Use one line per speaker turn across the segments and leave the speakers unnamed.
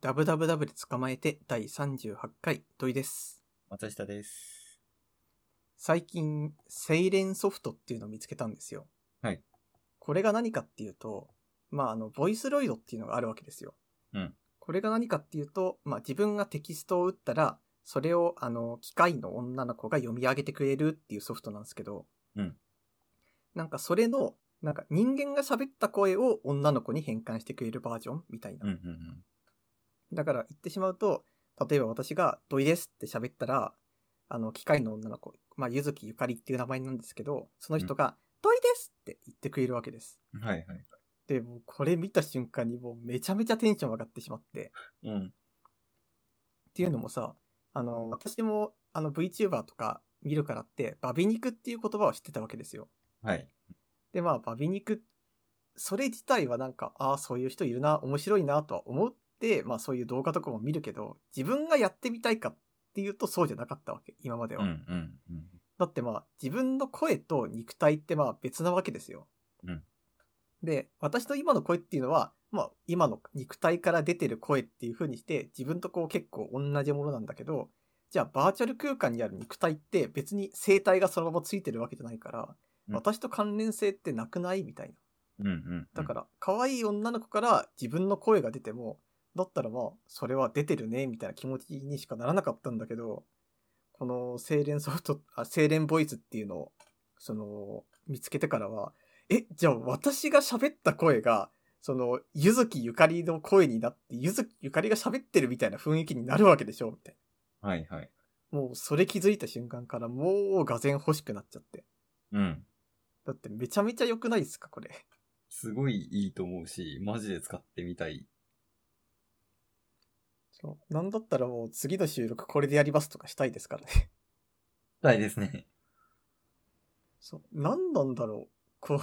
ダブダブダブで捕まえて第38回問いです。
松下です。
最近、セイレンソフトっていうのを見つけたんですよ。
はい。
これが何かっていうと、まあ、あの、ボイスロイドっていうのがあるわけですよ。
うん。
これが何かっていうと、まあ、自分がテキストを打ったら、それを、あの、機械の女の子が読み上げてくれるっていうソフトなんですけど、
うん。
なんかそれの、なんか人間が喋った声を女の子に変換してくれるバージョンみたいな。
うんうんうん。
だから言ってしまうと、例えば私が土井ですって喋ったら、あの、機械の女の子、まあ、ゆずきゆかりっていう名前なんですけど、その人が、土井ですって言ってくれるわけです。
はいはい。
で、もうこれ見た瞬間にもうめちゃめちゃテンション上がってしまって、
うん。
っていうのもさ、あの、私も、あの、VTuber とか見るからって、バビ肉っていう言葉を知ってたわけですよ。
はい。
で、まあ、バビ肉、それ自体はなんか、ああ、そういう人いるな、面白いなとは思って、まあ、そういう動画とかも見るけど、自分がやってみたいかっていうと、そうじゃなかったわけ、今まで
う
は。
んうんうん。
だってまあ、自分の声と肉体ってまあ、別なわけですよ。
うん
で、私の今の声っていうのは、まあ、今の肉体から出てる声っていう風にして、自分とこう結構同じものなんだけど、じゃあ、バーチャル空間にある肉体って別に生体がそのままついてるわけじゃないから、
うん
私と関連性ってなくないみたいな。
うんうん。
だから、可愛い女の子から自分の声が出ても、だったらまあ、それは出てるね、みたいな気持ちにしかならなかったんだけど、この、精錬ソフト、あ、精錬ボイスっていうのを、その、見つけてからは、え、じゃあ私が喋った声が、その、ゆずきゆかりの声になって、ゆずきゆかりが喋ってるみたいな雰囲気になるわけでしょ、みたい
ら。はいはい。
な。もう、それ気づいた瞬間から、もう、がぜん欲しくなっちゃって。
うん。
だって、めちゃめちゃ良くないですか、これ。
すごいいいと思うし、マジで使ってみたい。
そう。なんだったらもう次の収録これでやりますとかしたいですからね。
したいですね。
そう。何なんだろう。こう、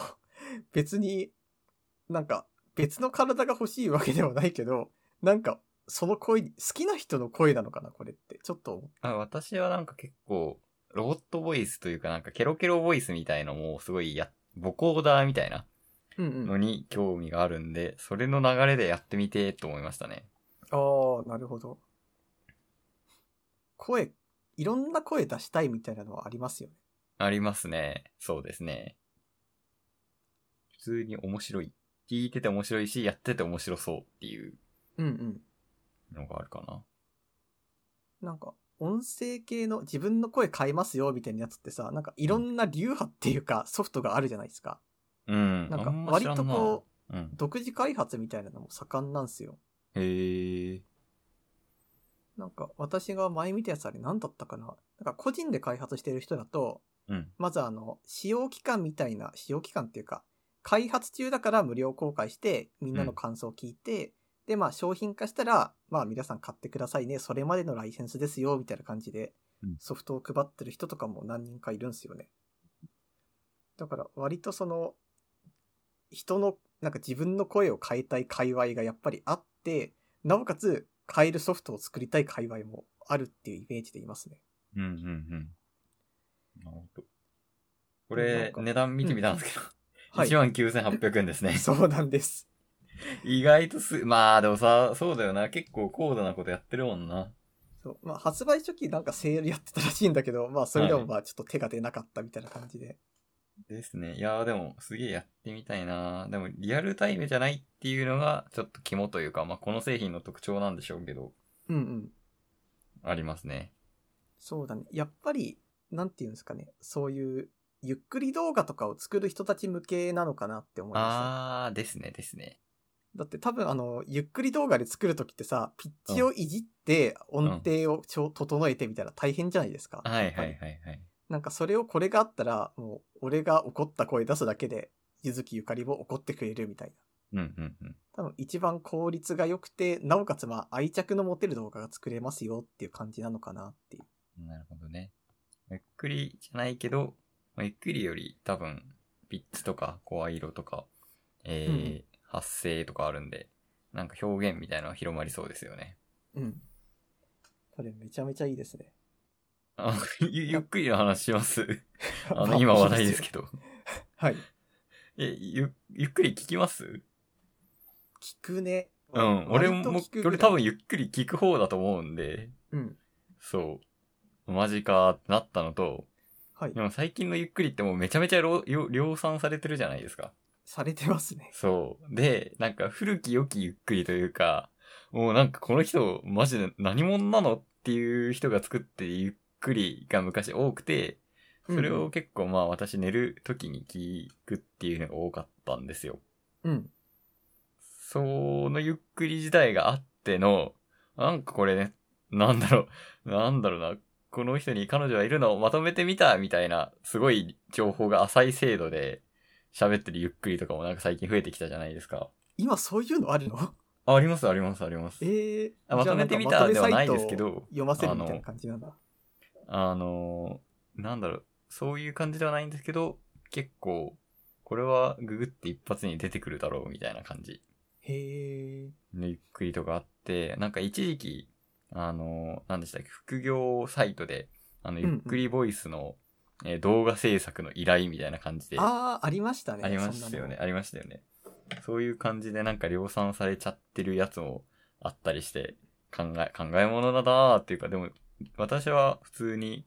別に、なんか、別の体が欲しいわけではないけど、なんか、その声に、好きな人の声なのかな、これって。ちょっと思っ
あ、私はなんか結構、ロボットボイスというかなんかケロケロボイスみたいのもすごいや、ボコーダーみたいな
た。うんう
の
ん。あ
に興味があるんで、それの流れでやってみてと思いましたね。
あー、なるほど。声、いろんな声出したいみたいなのはありますよね。
ありますね。そうですね。普通に面白い。聞いてて面白いし、やってて面白そうっていう
うんうん。
のがあるかな。
なんか、音声系の自分の声変えますよみたいなやつってさ、なんかいろんな流派っていうかソフトがあるじゃないですか。
うん。
なんか
あま知ら
割とこ
な。うん。
独自開発みたいなのも盛んなんすよ。
へー。
なんか私が前見たやつあれ何だったかななんか個人で開発してる人だと、
うん。
まずあの、使用期間みたいな、使用期間っていうか、開発中だから無料公開して、みんなの感想を聞いて、で、まあ商品化したら、まあ皆さん買ってくださいね、それまでのライセンスですよ、みたいな感じで
うん、
ソフトを配ってる人とかも何人かいるんですよね。だから割とその、人の、なんか自分の声を変えたい界隈がやっぱりあって、なおかつ変えるソフトを作りたい界隈もあるっていうイメージでいますね。
うんうんうん。なるほど。こ
な
れ
ん、か
値段見てみたんですけど、
はい。
19,800円で すね。
そうなんです。
意外とす、まあでもさ、そうだよな。結構高度なことやってるもんな。
そうまあ、発売初期なんかセールやってたらしいんだけど、まあ、それで
は
も
い
まあ、ちょっと手が出なかったみたいな感じで。
ですね。いやーでも、すげえやってみたいなでも、リアルタイムじゃないっていうのが、ちょっと肝というか、まあこの製品の特徴なんでしょうけど、
うんうん。
ありますね。
そうだね。やっぱり、なんていうんですかね。そういう、ゆっくり動画とかを作る人たち向けなのかなって思いま
あー、ですね、ですね。
した。だって多分、あの、ゆっくり動画で作るときってさ、ピッチをいじって、
ん
音程をちょ整えてみたいな大変じゃないですか。
はい
やっぱ
はい
り
はいはい。
なんかそれをこれがあったら、もう、俺が怒った声出すだけで、ゆずきゆかりも怒ってくれるみたいな。
うんうんうん。
多分一番効率が良くて、なおかつまあ愛着の持てる動画が作れますよっていう感じなのかなっていう。
なるほどね。ゆっくりじゃないけど、まあゆっくりより多分、ピッチとか声色とか、えー
うん
発声とかあるんで、なんか表現みたいなのが広まりそうですよね。
うん。これめちゃめちゃいいですね。
あ ゆゆっくりの話し ます。あ
ま
の、今話題ですけ
ど。
ど。
はい。
え、ゆ、ゆっくり聞きます
聞くね。
うん。俺
割と
も
聞くぐ、らい
俺多分ゆっくり聞く方だと思うんで、
うん。
そう。マジかーってなったのと、
はい
で。も最近のゆっくりってもうめちゃめちゃ量量産されてるじゃないですか。
されてますね。
そう。で、なんか古き良きゆっくりというか、もうなんかこの人、マジで何者なのっていう人が作ってるゆっくりが昔多くて、それを結構まあ私寝る時に聞くっていうのが多かったんですよ。
うん。
そのゆっくり時代があっての、なんかこれね、なんだろう、なんだろうな、この人に彼女はいるのをまとめてみたみたいな、すごい情報が浅い精度で喋ってるゆっくりとかもなんか最近増えてきたじゃないですか。
今そういうのあるの
あ、ありますありますあります。
ええ
あまとめてみたではないですけ。ど、
じゃあなんかまとめサイトを読ませるみたいな感じなんだ。
あのー、なんだろう、そういう感じではないんですけど、結構、これはググって一発に出てくるだろうみたいな感じ
へえ。
のゆっくりとかあって、なんか一時期、あのー、なんでしたっけ、副業サイトで、あの、
んう
ゆ
ん
っくりボイスの、えー動画制作の依頼みたいな感じで、あ
ああ、ありましたね。
りましたよね、ありましたよね。そういう感じでなんか量産されちゃってるやつもあったりして、考え、考え物だなーっていうか、でも、私は普通に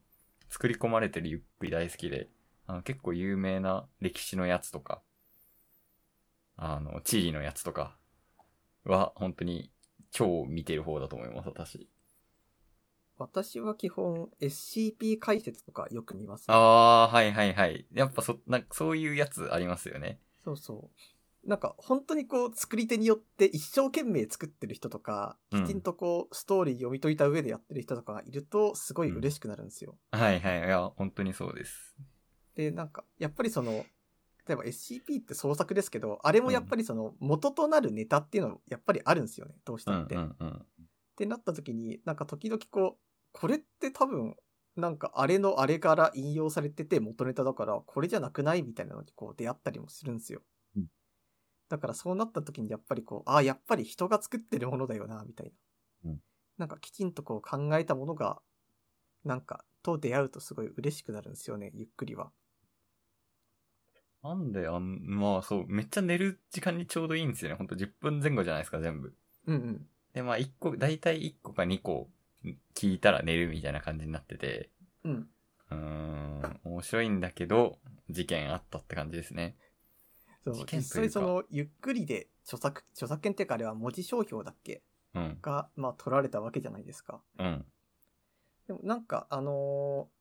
作り込まれてるゆっくり大好きで、あの結構有名な歴史のやつとか、あの、地理のやつとかは、本当に超見てる方だと思います、私。
私は基本 SCP 解説とかよく見ます、
あー、はいはいはい。やっぱそ、なんかそういうやつありますよね。
そうそう。なんか本当にこう作り手によって一生懸命作ってる人とか、
うん
きちんとこうストーリー読み解いた上でやってる人とかがいるとすごい嬉しくなるんですよ。
はいはい。いや、本当にそうです。
で、なんかやっぱりその、例えば SCP って創作ですけど、あれもやっぱりその元となるネタっていうのもやっぱりあるんですよね、どうし
う
た
ん
って。
う
っ
んうん。
てなった時に、なんか時々こう、これって多分、なんかあれのあれから引用されてて元ネタだから、これじゃなくないみたいなのにこう出会ったりもするんですよ。
うん
だからそうなった時にやっぱりこう、ああ、やっぱり人が作ってるものだよな、みたいな。
うん
なんかきちんとこう考えたものが、なんか、と出会うとすごい嬉しくなるんですよね、ゆっくりは。
なんであん、まあそう、めっちゃ寝る時間にちょうどいいんですよね。ほんと10分前後じゃないですか、全部。
うんうん。
で、まあ1個、だいたい1個か2個聞いたら寝るみたいな感じになってて、
うん。
うーん、面白いんだけど、事件あったって感じですね。
そう
事件というか
実際その、ゆっくりで著作、著作権っていうかあれは文字商標だっけ
うん、
が、まあ取られたわけじゃないですか。
うん、
でもなんか、あのー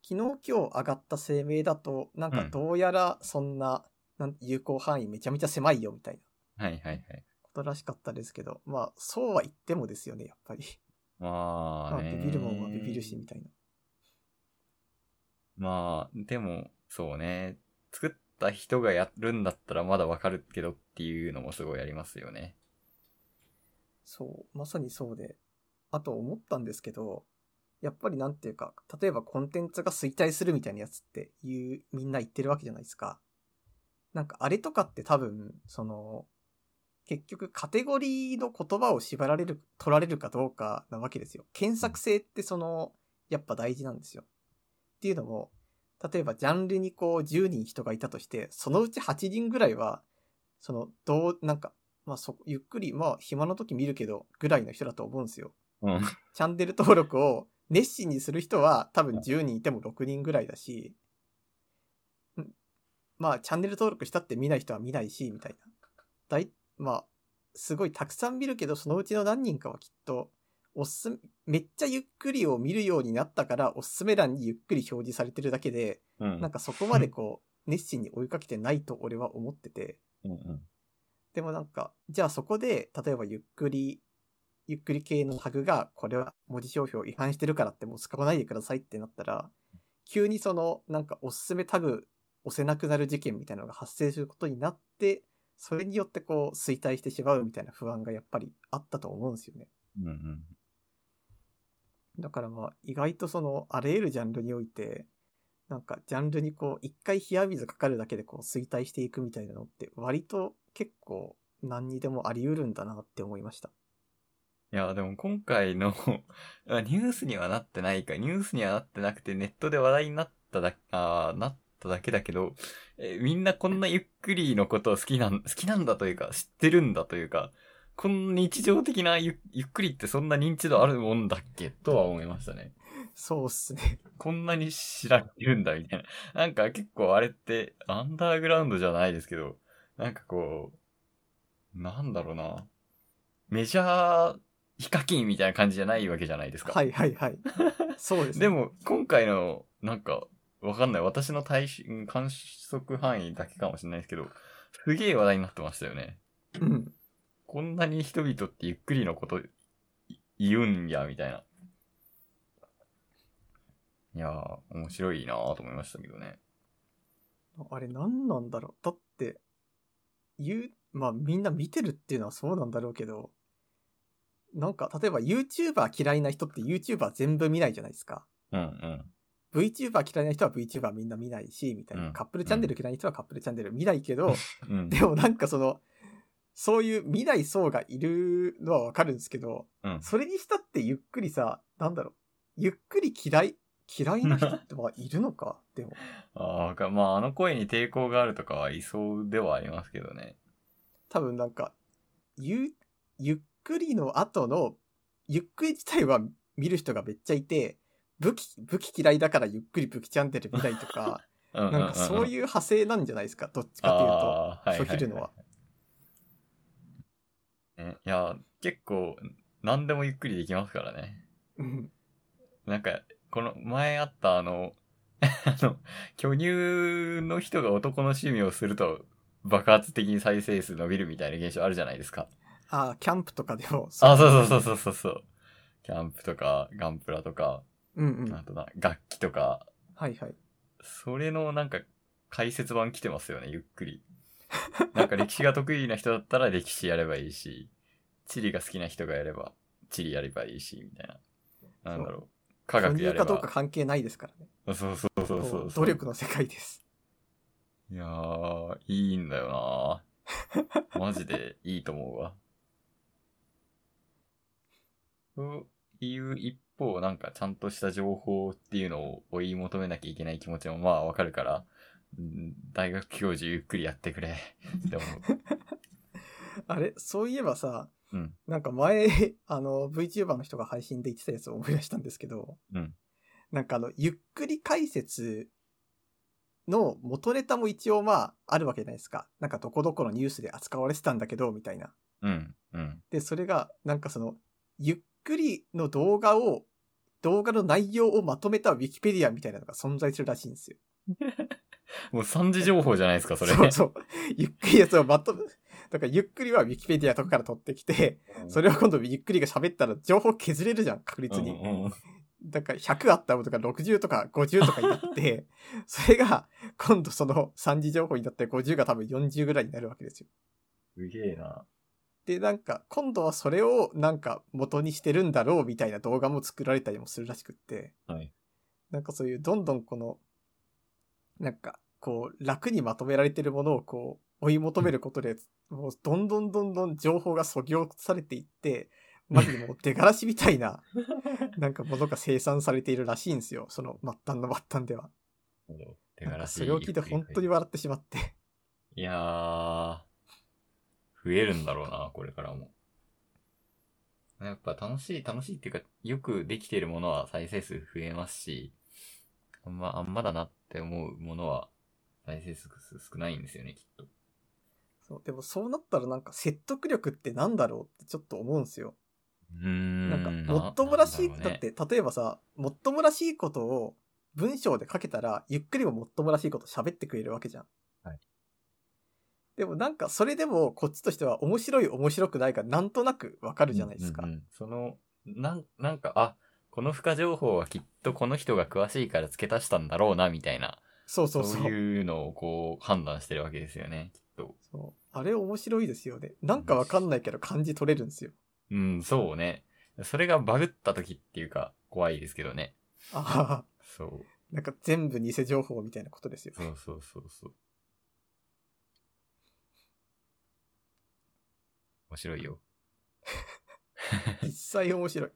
昨日今日上がった声明だと、なんか
うん
どうやらそんな、なん有効範囲めちゃめちゃ狭いよみたいな
はいはいはい。
ことらしかったですけど、まあそうは言ってもですよね、やっぱり。
ま
ま
あ
あ
ね。
ビビるもんはビビるしみたいな。
まあ、でも、そうね。作った人がやるんだったらまだわかるけどっていうのもすごいありますよね。
そう、まさにそうで。あと思ったんですけど、やっぱりなんていうか、例えばコンテンツが衰退するみたいなやつっていう、みんな言ってるわけじゃないですか。なんかあれとかって多分、その、結局カテゴリーの言葉を縛られる、取られるかどうかなわけですよ。検索性ってその、やっぱ大事なんですよ。っていうのも、例えばジャンルにこう10人人がいたとして、そのうち8人ぐらいは、その、どう、なんか、まあそ、ゆっくり、まあ暇の時見るけど、ぐらいの人だと思うんですよ。
うん。
チャンネル登録を熱心にする人は多分10人いても6人ぐらいだし、んまあチャンネル登録したって見ない人は見ないし、みたいな。だい、まあ、すごいたくさん見るけど、そのうちの何人かはきっと、おすすめ、めっちゃゆっくりを見るようになったから、おすすめ欄にゆっくり表示されてるだけで、
うん。
なんかそこまでこう、熱心に追いかけてないと俺は思ってて、
うんうん。
でもなんか、じゃあそこで、例えばゆっくり、ゆっくり系のタグが、これは文字商標違反してるからってもう使わないでくださいってなったら、急にその、なんかおすすめタグ押せなくなる事件みたいなのが発生することになって、それによってこう衰退してしまうみたいな不安がやっぱりあったと思うんですよね。
うんうん。
だからまあ、意外とその、あらゆるジャンルにおいて、なんかジャンルにこう、一回冷や水かかるだけでこう衰退していくみたいなのって、割と結構何にでもあり得るんだなって思いました。
いや、でも今回の、 あニュースにはなってないか、ニュースにはなってなくて、ネットで話題になっただ、あーなっただけだけど、えみんなこんなゆっくりのことを好きなん、好きなんだというか、知ってるんだというか、こんな日常的なゆゆっくりってそんな認知度あるもんだっけとは思いましたね。
そうっす ね。
こんなに知られてるんだみたいな。 なんか結構あれってアンダーグラウンドじゃないですけど、なんかこう、なんだろうな。メジャーヒカキンみたいな感じじゃないわけじゃないですか。
はいはいはい。そうですね。
で、も、今回の、なんか、わかんない。私の対し、うん観測範囲だけかもしれないですけど、すげえ話題になってましたよね。
うん。
こんなに人々ってゆっくりのことい言うんや、みたいな。いやー、面白いなーと思いましたけどね。
あれ何なんだろう。だって、言う、まあみんな見てるっていうのはそうなんだろうけど、なんか例えば YouTuber 嫌いな人って YouTuber 全部見ないじゃないですか。
うんうん。
VTuber 嫌いな人は VTuber みんな見ないし、みたいな。
うん
カップルチャンネル嫌いな人はカップルチャンネル見ないけど、
うん。
でもなんかその、そういう見ない層がいるのはわかるんですけど、
うん
それにしたってゆっくりさ、なんだろう、ゆっくり嫌い、嫌いな人ってまあいるのか、でも。
ああ、まあ、あの声に抵抗があるとかはいそうではありますけどね。
多分なんか、ゆ、ゆっくりの後の、ゆっくり自体は見る人がめっちゃいて、武器、武器嫌いだからゆっくり武器チャンネル見ないとか、
な
なんかそういう派生なんじゃないですか、どっちか
あー
というと、拒否るのは。。
いいいねいや、結構、何でもゆっくりできますからね。
うん
なんか、この前あったあの、 あの、巨乳の人が男の趣味をすると爆発的に再生数伸びるみたいな現象あるじゃないですか。
ああ、キャンプとかでも、
あ、そうそうそうそうそうそう。キャンプとか、ガンプラとか、
う。うんうん。
あ
はい
とな、楽器とか、
はい。
それのなんか解説版来てますよね、ゆっくり。なんか歴史が得意な人だったら歴史やればいいし、地理が好きな人がやれば地理やればいいし、みたいな。なんだろう。科
巨
学や
乳
れば。
かどうか関係ないですからね。
そうそうそうそうそう。
努力の世界です。
いやー、いいんだよ なマジでいいと思うわ。という一方、なんかちゃんとした情報っていうのを追い求めなきゃいけない気持ちもまあわかるから、うん大学教授ゆっくりやってくれ。って思
あれそういえばさ、
う。うん。
なんか前、 あの、VTuber の人が配信で言ってたやつを思い出したんですけど、
うん。
なんかあの、ゆっくり解説の元ネタも一応まあ、あるわけじゃないですか。なんかどこどこのニュースで扱われてたんだけど、みたいな。
うん。うん。
で、それが、なんかその、ゆっくりの動画を、動画の内容をまとめたウィキペディアみたいなのが存在するらしいんですよ。
もう三次情報じゃないですか、それ。
うそう。ゆっくりやつをまとめ、だからゆっくりはウィキペディアとかから取ってきて、そ
れ
れを今度ゆっくりが喋ったら情報削れるじゃん、確率に。だから100あったものが60とか50とかになって、それが今度その3次情報になって50が多分40ぐらいになるわけですよ。
すげ えな。
で、なんか今度はそれをなんか元にしてるんだろうみたいな動画も作られたりもするらしくって、
はい。
なんかそういうどんどんこの、なんかこう楽にまとめられてるものをこう追い求めることで、もうどんどんどんどん情報が削ぎ落とされていって、マジでもう出がらしみたい な、なんかものが生産されているらしいんですよ。その末端の末端では。
手
なん
柄
か
し
それを聞いて本当に笑ってしまって。
いやー、増えるんだろうな、これからも。やっぱ楽しい、楽しいっていうか、よくできているものは再生数増えますし、あんま、あんまだなって思うものは再生数少ないんですよね、きっと。
そうでもそうなったらなんか説得力ってなんだろうってちょっと思うんですよ。
うーん。
なんか、もっともらしい、
なん
だ
ろ
っ
うね
て、例えばさ、もっともらしいことを文章で書けたら、ゆっくりももっともらしいこと喋ってくれるわけじゃん。
はい
でもなんか、それでもこっちとしては面白い面白くないがなんとなくわかるじゃないですか。
うんうんうんその、なん、なんか、あ、この付加情報はきっとこの人が詳しいから付け足したんだろうな、みたいな、
そうそ
そ
う
う
そう。
いうのをこう判断してるわけですよね、きっと。
そうあれ面白いですよね。なんかわかんないけど感じ取れるんですよ。
うん、そうね。それがバグった時っていうか、怖いですけどね。
ああ、
そう。
なんか全部偽情報みたいなことです よね。
そうそうそうそう。面白いよ。
実際面白い。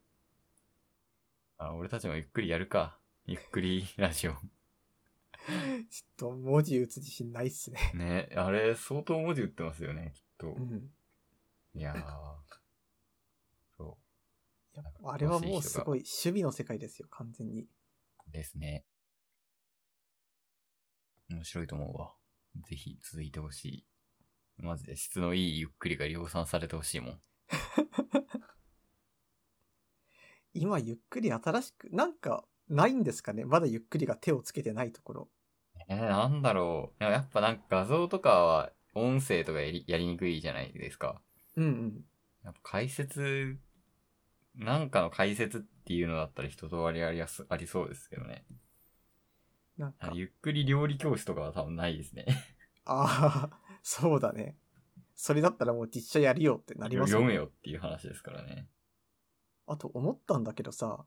あ、俺たちもゆっくりやるか。ゆっくりラジオ。
ちょっと文字打つ自信ないっすね。
ね、あれ、相当文字打ってますよね、きっと
う。ん。
いやー。そ
いやあれはもうすごい守備の世界ですよ、完全に。
うですね。面白いと思うわ。ぜひ続いてほしい。マジで質のいいゆっくりが量産されてほしいもん。
今、ゆっくり新しく、なんか、ないんですかねまだゆっくりが手をつけてないところ。
えー、なんだろう。でもやっぱなんか画像とかは音声とかやりやりにくいじゃないですか。
うんうん。
やっぱ解説、なんかの解説っていうのだったら一通りありやす、ありそうですけどね。
なん
あ
か、
ゆっくり料理教室とかは多分ないですね。
ああ、そうだね。それだったらもう実写やるよってなりますよ
読めよっていう話ですからね。
あと思ったんだけどさ、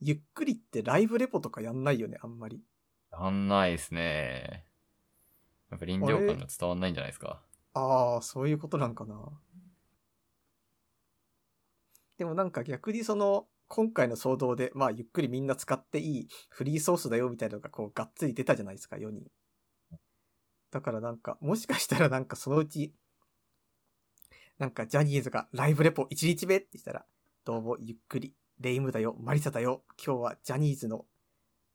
ゆっくりってライブレポとかやんないよね、あんまり。
やんないですね。やっぱ臨場
あれ
感が伝わんないんじゃないですか。
ああ、そういうことなんかな。でもなんか逆にその、今回の騒動で、まあゆっくりみんな使っていいフリーソースだよみたいなのがこうがっつり出たじゃないですか、世に。だからなんか、もしかしたらなんかそのうち、なんかジャニーズがライブレポ1日目ってしたら、どうもゆっくり、レイムだよ、マリサだよ、今日はジャニーズの、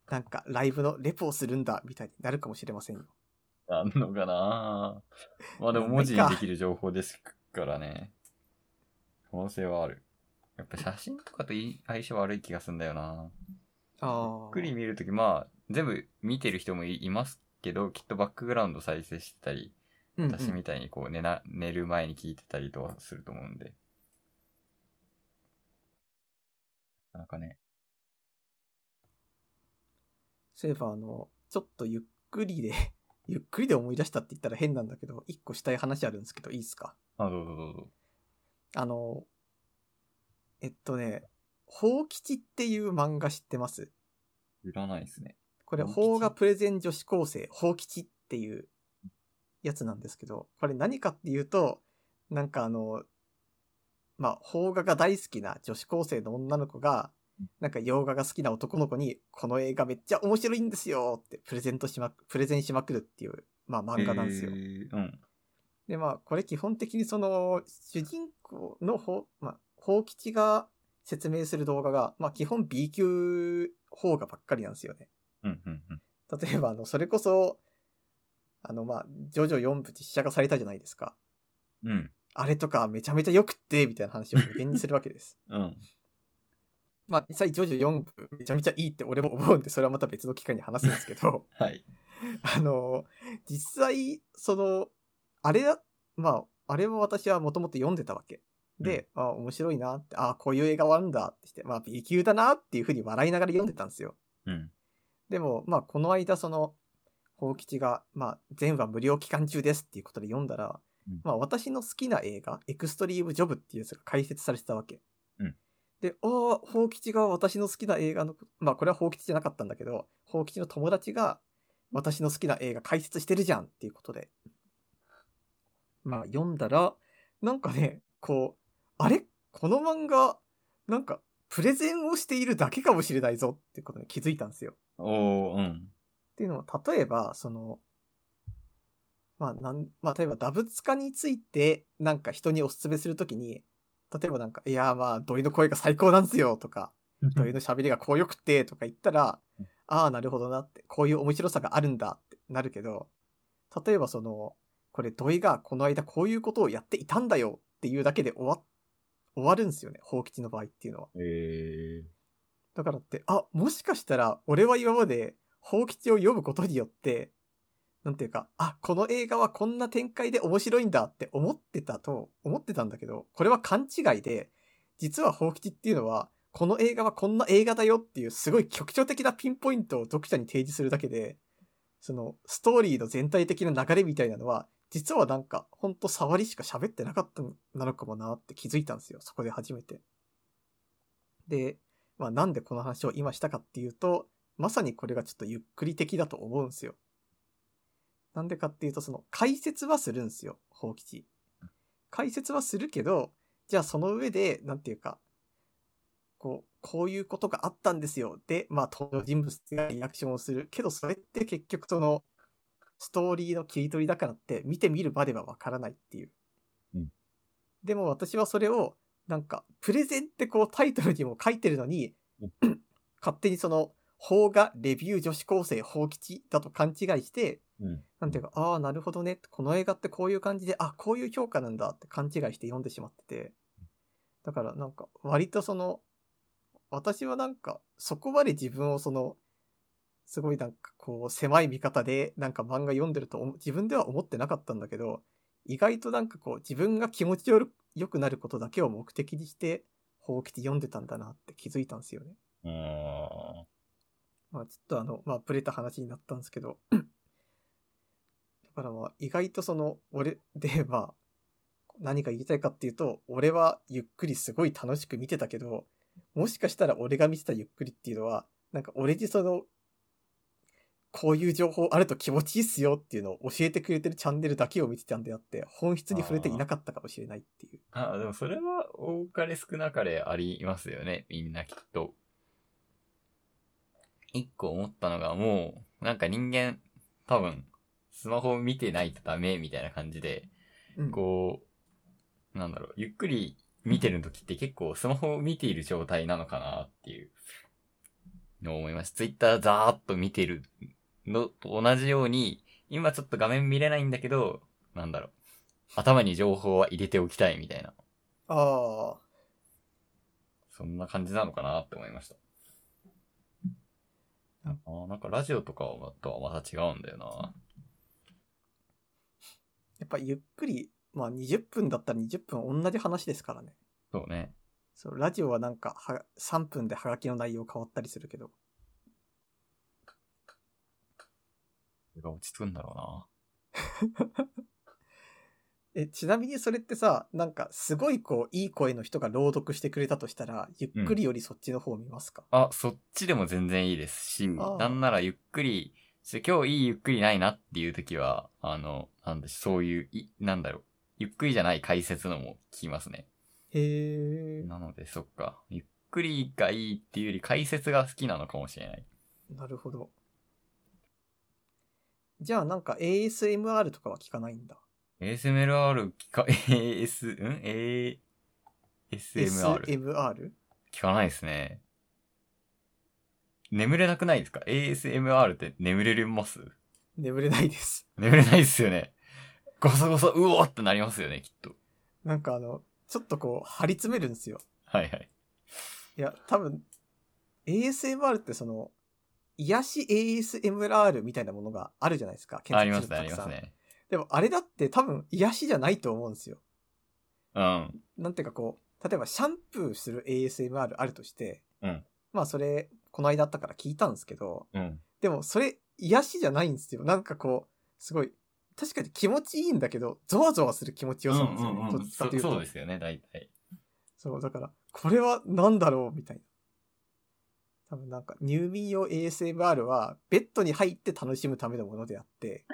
なんかライブのレポをするんだ、みたいになるかもしれませんよ。
なんのかなまあでも文字にできる情報ですからね。可能性はある。やっぱ写真とかといい相性悪い気がするんだよな。
あ
ゆっくり見るとき、まあ、全部見てる人もいいますけど、きっとバックグラウンド再生してたり、
うんうん
私みたいにこう寝な、寝る前に聞いてたりとかすると思うんで。なかなかね。
そういえばあの、ちょっとゆっくりで、 ゆっくりで思い出したって言ったら変なんだけど、一個したい話あるんですけど、いいですか
あ、どうぞどうぞ。
あの、えっとね、宝吉っていう漫画知ってます
いらないですね。
これ、
宝吉
邦画プレゼン女子高生、宝吉っていうやつなんですけど、これ何かっていうと、なんかあの、まあ、邦画が大好きな女子高生の女の子が、なんか洋画が好きな男の子に、この映画めっちゃ面白いんですよってプレゼントしまく、プレゼンしまくるっていう、まあ漫画なんですよ
え。ーうん。
で、まあ、これ基本的にその、主人公のほ、まあ、宝吉が説明する動画が、まあ、基本 B 級邦画ばっかりなんですよね。
うん、うん、うん。
例えば、あの、それこそ、あの、まあ、ジョジョ4部実写化されたじゃないですか。
うん。
あれとかめちゃめちゃ良くって、みたいな話を無限にするわけです。
うん。
まあ、実際ジョジョ4部めちゃめちゃいいって俺も思うんで、それはまた別の機会に話すんですけど。
はい。
あの、実際、その、あれだ、まあ、あれは私はもともと読んでたわけ。で、あ面白いなって、あこういう映画はあるんだってして、まあ、B 級だなっていうふうに笑いながら読んでたんですよ。
うん。
でも、まあ、この間、その、宝吉が、まあ、全話無料期間中ですっていうことで読んだら、
うん
まあ、私の好きな映画、エクストリームジョブっていうやつが解説されてたわけ。
うん
で、おー、宝吉が私の好きな映画のこと、まあ、これは宝吉じゃなかったんだけど、宝吉の友達が、私の好きな映画解説してるじゃんっていうことで。まあ、読んだら、なんかね、こう、あれこの漫画、なんか、プレゼンをしているだけかもしれないぞっていうことに気づいたんですよ。
おー、うん。
っていうのは、例えば、その、まあ、なん、まあ、例えば、ダブツカについて、なんか人におすすめするときに、例えばなんか、いやーまあ、土井の声が最高なんすよとか、土井の喋りがこうよくて、とか言ったら
うん、
ああ、なるほどなって、こういう面白さがあるんだってなるけど、例えばその、これ土井がこの間こういうことをやっていたんだよっていうだけで終わ、終わるんですよね、宝吉の場合っていうのは。
えー。
だからって、あ、もしかしたら、俺は今まで、宝吉を読むことによって、なんていうか、あ、この映画はこんな展開で面白いんだって思ってたと、思ってたんだけど、これは勘違いで、実は宝吉っていうのは、この映画はこんな映画だよっていう、すごい局長的なピンポイントを読者に提示するだけで、その、ストーリーの全体的な流れみたいなのは、実はなんか、ほんと触りしか喋ってなかったんなのかもなって気づいたんですよ。そこで初めて。で、まあ、なんでこの話を今したかっていうと、まさにこれがちょっとゆっくり的だと思うんですよ。なんでかっていうと、その解説はするんですよ、法吉。解説はするけど、じゃあその上で、なんていうか、こう、こういうことがあったんですよ。で、まあ登場人物がリアクションをする。けどそれって結局その、ストーリーの切り取りだからって、見てみるまではわからないっていう。
うん
でも私はそれを、なんか、プレゼンってこうタイトルにも書いてるのに、勝手にその、法がレビュー女子高生法吉だと勘違いして、
うん。
なんていうか、ああ、なるほどね。この映画ってこういう感じで、あ、こういう評価なんだって勘違いして読んでしまってて。だからなんか、割とその、私はなんか、そこまで自分をその、すごいなんかこう、狭い見方で、なんか漫画読んでると思自分では思ってなかったんだけど、意外となんかこう、自分が気持ちよる良くなることだけを目的にして、ほうきて読んでたんだなって気づいたんですよね。
うーん。
まあちょっとあの、まあブレた話になったんですけど、だからまあ意外とその、俺、でまあ、何か言いたいかっていうと、俺はゆっくりすごい楽しく見てたけど、もしかしたら俺が見てたゆっくりっていうのは、なんか俺にその、こういう情報あると気持ちいいっすよっていうのを教えてくれてるチャンネルだけを見てたんであって、本質に触れていなかったかもしれないっていう。
あ、でもそれは多かれ少なかれありますよね。みんなきっと。一個思ったのがもう、なんか人間、多分、スマホを見てないとダメみたいな感じで、
うん、
こう、なんだろう、ゆっくり見てる時って結構スマホを見ている状態なのかなっていうのを思います。ツイッターざーっと見てるのと同じように、今ちょっと画面見れないんだけど、なんだろう、頭に情報は入れておきたいみたいな、
ああ、
そんな感じなのかなって思いました。あーなんかラジオとかとはまた違うんだよな。
やっぱゆっくり、まあ20分だったら20分同じ話ですからね。
そうね。
そう、ラジオはなんかは、3分でハガキの内容変わったりするけど。
それが落ち着くんだろうな。
え、ちなみにそれってさ、なんか、すごいこう、いい声の人が朗読してくれたとしたら、ゆっくりよりそっちの方を見ますか、
あ、そっちでも全然いいですし、
ああ
なんならゆっくり、ちょ今日いいゆっくりないなっていう時は、あの、なんだし、そういう、い、なんだろう、ゆっくりじゃない解説のも聞きますね。
へえ、
なので、そっか。ゆっくりがいいっていうより解説が好きなのかもしれない。
なるほど。じゃあなんか ASMR とかは聞かないんだ。
ASMR 聞か、AS、ん ?A、SMR?
SMR?
聞かないですね。眠れなくないですか ?ASMR って眠れます
眠れないです。
眠れないですよね。ごそごそ、うおーってなりますよね、きっと。
なんかあの、ちょっとこう、張り詰めるんですよ。
はいはい。
いや、多分、ASMR ってその、癒し ASMR みたいなものがあるじゃないですか。
ありますね、あ
検索
り
する
ま
とたくさ
す
ん
ね。
でもあれだって多分癒しじゃないと思うんですよ。
うん。
なんていうかこう、例えばシャンプーする ASMR あるとして、
うん
まあそれ、この間あったから聞いたんですけど、
うん。
でもそれ癒しじゃないんですよ。なんかこう、すごい、確かに気持ちいいんだけど、ゾワゾワする気持ちよさなんですよね。
うんうんうん
どっちか
そ
というと
そうですよね、大体。
そう、だから、これは何だろうみたいな。多分なんか、入眠用 ASMR は、ベッドに入って楽しむためのものであって、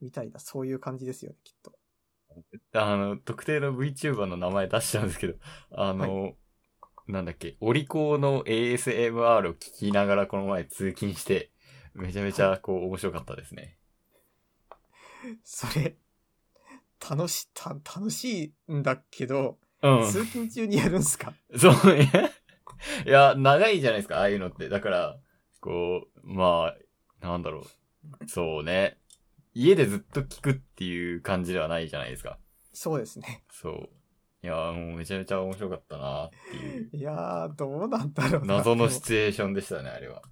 みたいな、そういう感じですよね、きっと。
あの、特定の VTuber の名前出しちゃうんですけど、あの、なんだっけ、オリコーの ASMR を聞きながらこの前通勤して、めちゃめちゃこう面白かったですね。
それ、楽し、た、楽しいんだけど、
うん。
通勤中にやるんすか
そう、いや、いや、長いじゃないですか、ああいうのって。だから、こう、まあ、なんだろう。そうね。家でずっと聞くっていう感じではないじゃないですか。
そうですね。
そう。いやー、もうめちゃめちゃ面白かったなっていう、
いやー、どうなんだろうな。
謎の
で
シ
も
チュエーションでしたね、あれは。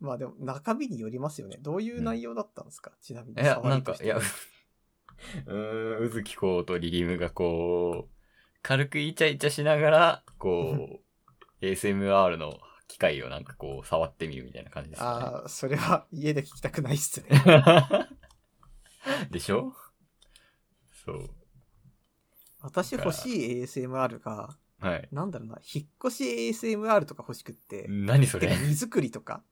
まあでも、中身によりますよね。どういう内容だったんですか、ちなみ
い
に。
や、
触
な
り
ん
と
か、
して
いや、うーん、 うずきこうとリリムがこう、軽くイチャイチャしながら、こ う、ASMR の機械をなんかこう、触ってみるみたいな感じですよね。
あー、それは家で聞きたくないっすね。
でしょそう。
私欲しい ASMR が、
はい。
なんだろうな、引っ越し ASMR とか欲しくって、
何そ
て
れ
か荷造りとか。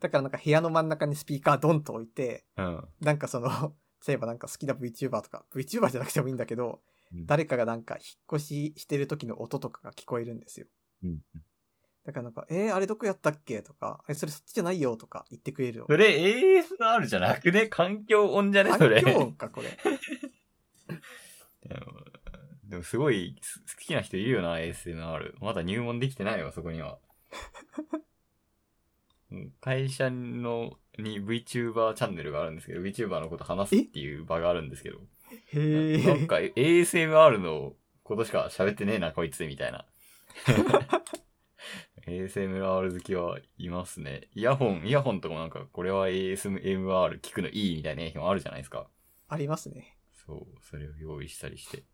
だからなんか部屋の真ん中にスピーカードンと置いて、
うん。
なんかその、 例えばなんか好きな VTuber とか、VTuber じゃなくてもいいんだけど、
うん
誰かがなんか引っ越ししてる時の音とかが聞こえるんですよ。
うん
だからなんか、えー、あれどこやったっけとか、え、それそっちじゃないよとか言ってくれるの
そ。れ ASMR じゃなくね環境音じゃね
環
それ。
境音か、これ。
でもでもすごいす好きな人いるよな、ASMR。まだ入門できてないわ、そこに は。もう会社のに VTuber チャンネルがあるんですけど、VTuber のこと話すっていう場があるんですけど、
へえ。
なんか ASMR のことしか喋ってねえな、こいつ、みたいな。ASMR 好きはいますね。イヤホン、イヤホンとかもなんか、これは ASMR 聞くのいいみたいな日もあるじゃないですか。
ありますね。
そう、それを用意したりして。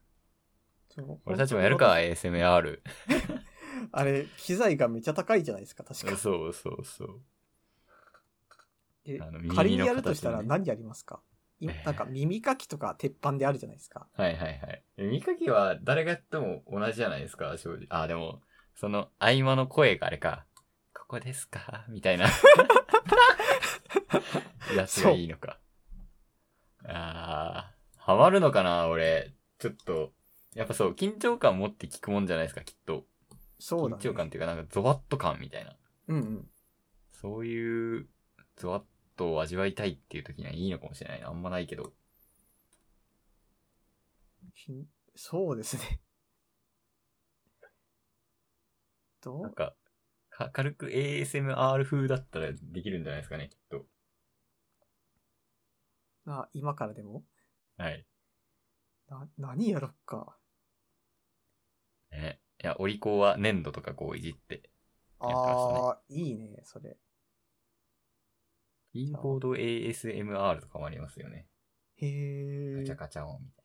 そう
俺たちもや るか、。ASMR。
あれ、機材がめちゃ高いじゃないですか、確か。
そうそうそう。
え
あの耳の
仮にやるとした
形
ら
ね
何やりますか、い
えー
なんか耳かきとか鉄板であるじゃないですか。
はいはいはい。耳かきは誰がやっても同じじゃないですか、正直。あ、でも、その合間の声があれか。ここですかみた いな。やつがいいのか。あー、ハマるのかな俺。ちょっと、やっぱそう、緊張感持って聞くもんじゃないですか、きっと。
そう
緊
だね。
張感っていうか、なんかゾワッと感みたいな。
うんうん。
そういう、ゾワッとを味わいたいっていう時にはいいのかもしれないな。あんまないけど。
きんそうですね。 ど
なん
う
か、か軽く ASMR 風だったらできるんじゃないですかね、きっと。
あ、今からでも
はい。
な、何やろっか。
ね、いや、お利口は粘土とかこういじって。やってましたね
ああー、いいね、それ。
キーボード ASMR とかもありますよね。
へ
ガチャ
え。
ガチャ音みたい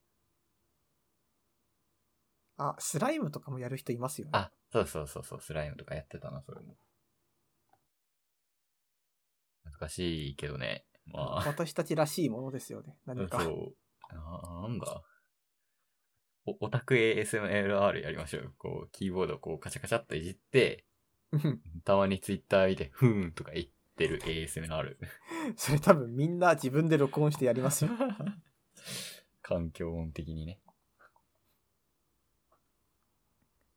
あ、スライムとかもやる人いますよね。
な。あ、そうそうそうそう、スライムとかやってたな、それも。難しいけどね。まあ、
私たちらしいものですよ ね。何か。
そう。ななんだ。おオタク ASMR やりましょうよ。こう、キーボードをこう、カチャカチャっといじって、
うん
たまにツイッター見て、ふーんとか言ってる ASMR。
それ多分みんな自分で録音してやりますよ。
環境音的にね。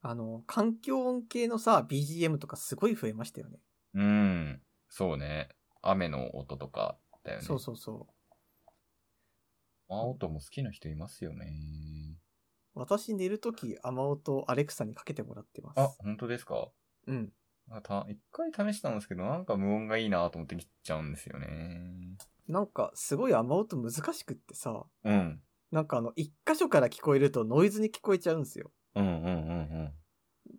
あの、環境音系のさ、BGM とかすごい増えましたよね。
うん。そうね。雨の音とかだよね。
そうそうそ
雨音も好きな人いますよね。
う。私寝るとき、雨音アレクサにかけてもらってます。
あ、本当ですか
うん。
あた一回試したんですけど、なんか無音がいいなと思って切っちゃうんですよね。
なんか、すごい雨音難しくってさ、
うん。
なんかあの、一箇所から聞こえるとノイズに聞こえちゃうんですよ。
うんうんうん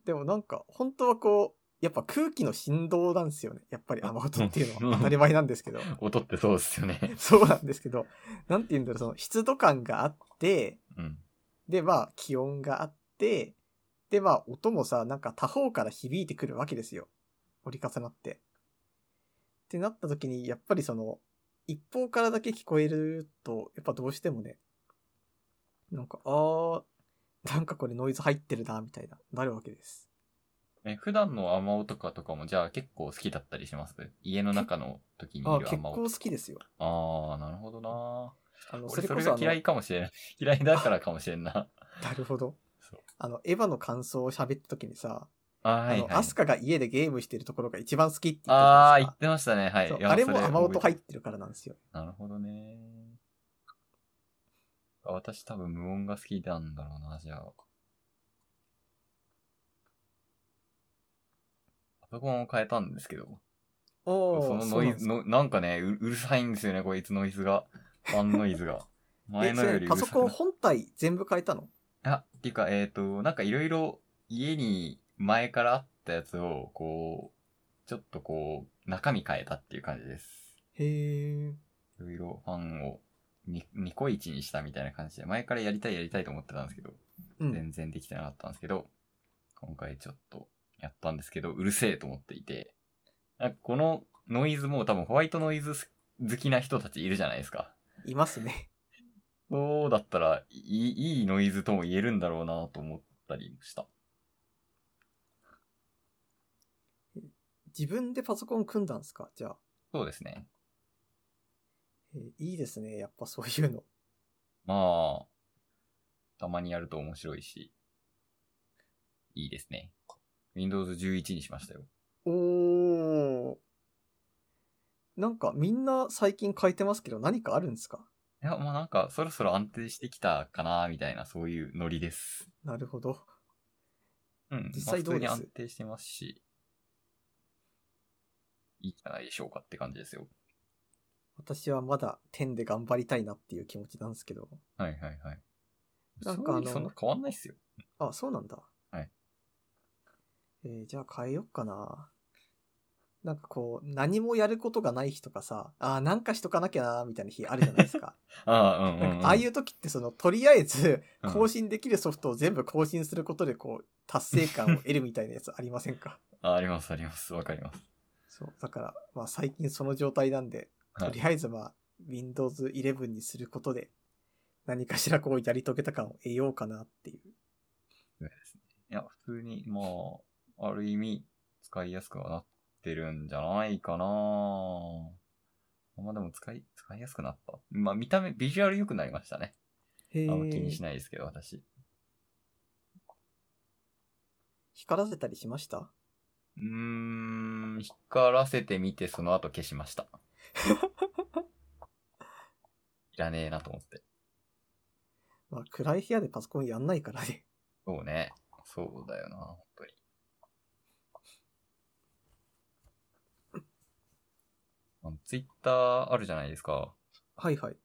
でもなんか、本当はこう、やっぱ空気の振動なんですよね。やっぱり雨音っていうのは当たり前なんですけど。
うん。音ってそうですよね。
そうなんですけど、なんて言うんだろう、その湿度感があって、
うん。
で、まあ、気温があって、で、まあ、音もさ、なんか他方から響いてくるわけですよ。折り重なって。ってなった時に、やっぱりその、一方からだけ聞こえると、やっぱどうしてもね、なんか、あー、なんかこれノイズ入ってるな、みたいな、なるわけです。
え、普段の雨音かとかも、じゃあ結構好きだったりします家の中の時に
あ
い
ー
る
結
雨
構
音
好。きですよ。
ああ、なるほどな
あの、そ
俺
れ
そ
こ
れ
そ
が
あの、
嫌いかもしれない。 嫌いだからかもしれんな。
なるほど
そう。
あの、エヴァの感想を喋った時にさ、
あーは
あ
い、はい。
の、アスカが家でゲームしてるところが一番好きって言ったじゃ
あ
な
あ、
い
言
ですか
ってましたね。はい。
そう
いや
あれ
そ
も雨音
覚
入
え
っててるからなんですよ。
なるほどね。あ私多分無音が好きなんだろうな、じゃあ。パソコンを変えたんですけど、
お
そのノイズ
の
の、なんかねう、うるさいんですよね、こいつノイズが。ファンノイズが。前
え、
の
そ
よ
れ
りう
パ
るさ
ソ
く
コ
な
ン
っ
本体全部変えたの
あ、っていうか、えっ、と、なんかいろいろ家に前からあったやつを、こう、ちょっとこう、中身変えたっていう感じです。
へえ。
いろいろファンをにニコイチにしたみたいな感じで、前からやりたいやりたいと思ってたんですけど、
うん。
全然できてなかったんですけど、今回ちょっとやったんですけど、うるせえと思っていて、なんかこのノイズも多分ホワイトノイズ好きな人たちいるじゃないですか。
いますね。
そうだったらいい、いいノイズとも言えるんだろうなと思ったりもした。
自分でパソコン組んだんですかじゃあ、
そうですね。
えーいいですね。やっぱそういうの。
まあ、たまにやると面白いし、いいですね。Windows 11にしましたよ。
おー。なんかみんな最近変えてますけど何かあるんですか
いや、もうなんか、そろそろ安定してきたかな、みたいな、そういうノリです。
なるほど。
うん。
実際どうです
まあ普通に安定してますし、いいんじゃないでしょうかって感じですよ。
私はまだ10で頑張りたいなっていう気持ちなんですけど。
はいはいはい。
なんかあの
正直そんな変わんないっすよ。
あ、そうなんだ。
はい。
えーじゃあ変えよっかな。なんかこう、何もやることがない日とかさ、あーなんかしとかなきゃな、みたいな日あるじゃないですか。
ああ、 うん、うん
なんかああいうう時ってその、とりあえず
うん
更新できるソフトを全部更新することでこう、達成感を得るみたいなやつありません か
ん。あありますあります。わかります。
そう。だから、まあ最近その状態なんで、
は
と
い
りあえずまあ、Windows 11にすることで、何かしらこう、やり遂げた感を得ようかなっていう。
そうですねいや、普通に、まあ、ある意味、使いやすくはなってるんじゃないかなまあでも使い、使いやすくなった。まあ見た目、ビジュアル良くなりましたね。
へ
あ
え。
んま気にしないですけど、私。
光らせたりしました
うーん、光らせてみて、その後消しました。いらねえなと思って。
まあ、暗い部屋でパソコンやんないからね。
そうね。そうだよな、本当に。あの、ツイッターあるじゃないですか。
はいはい。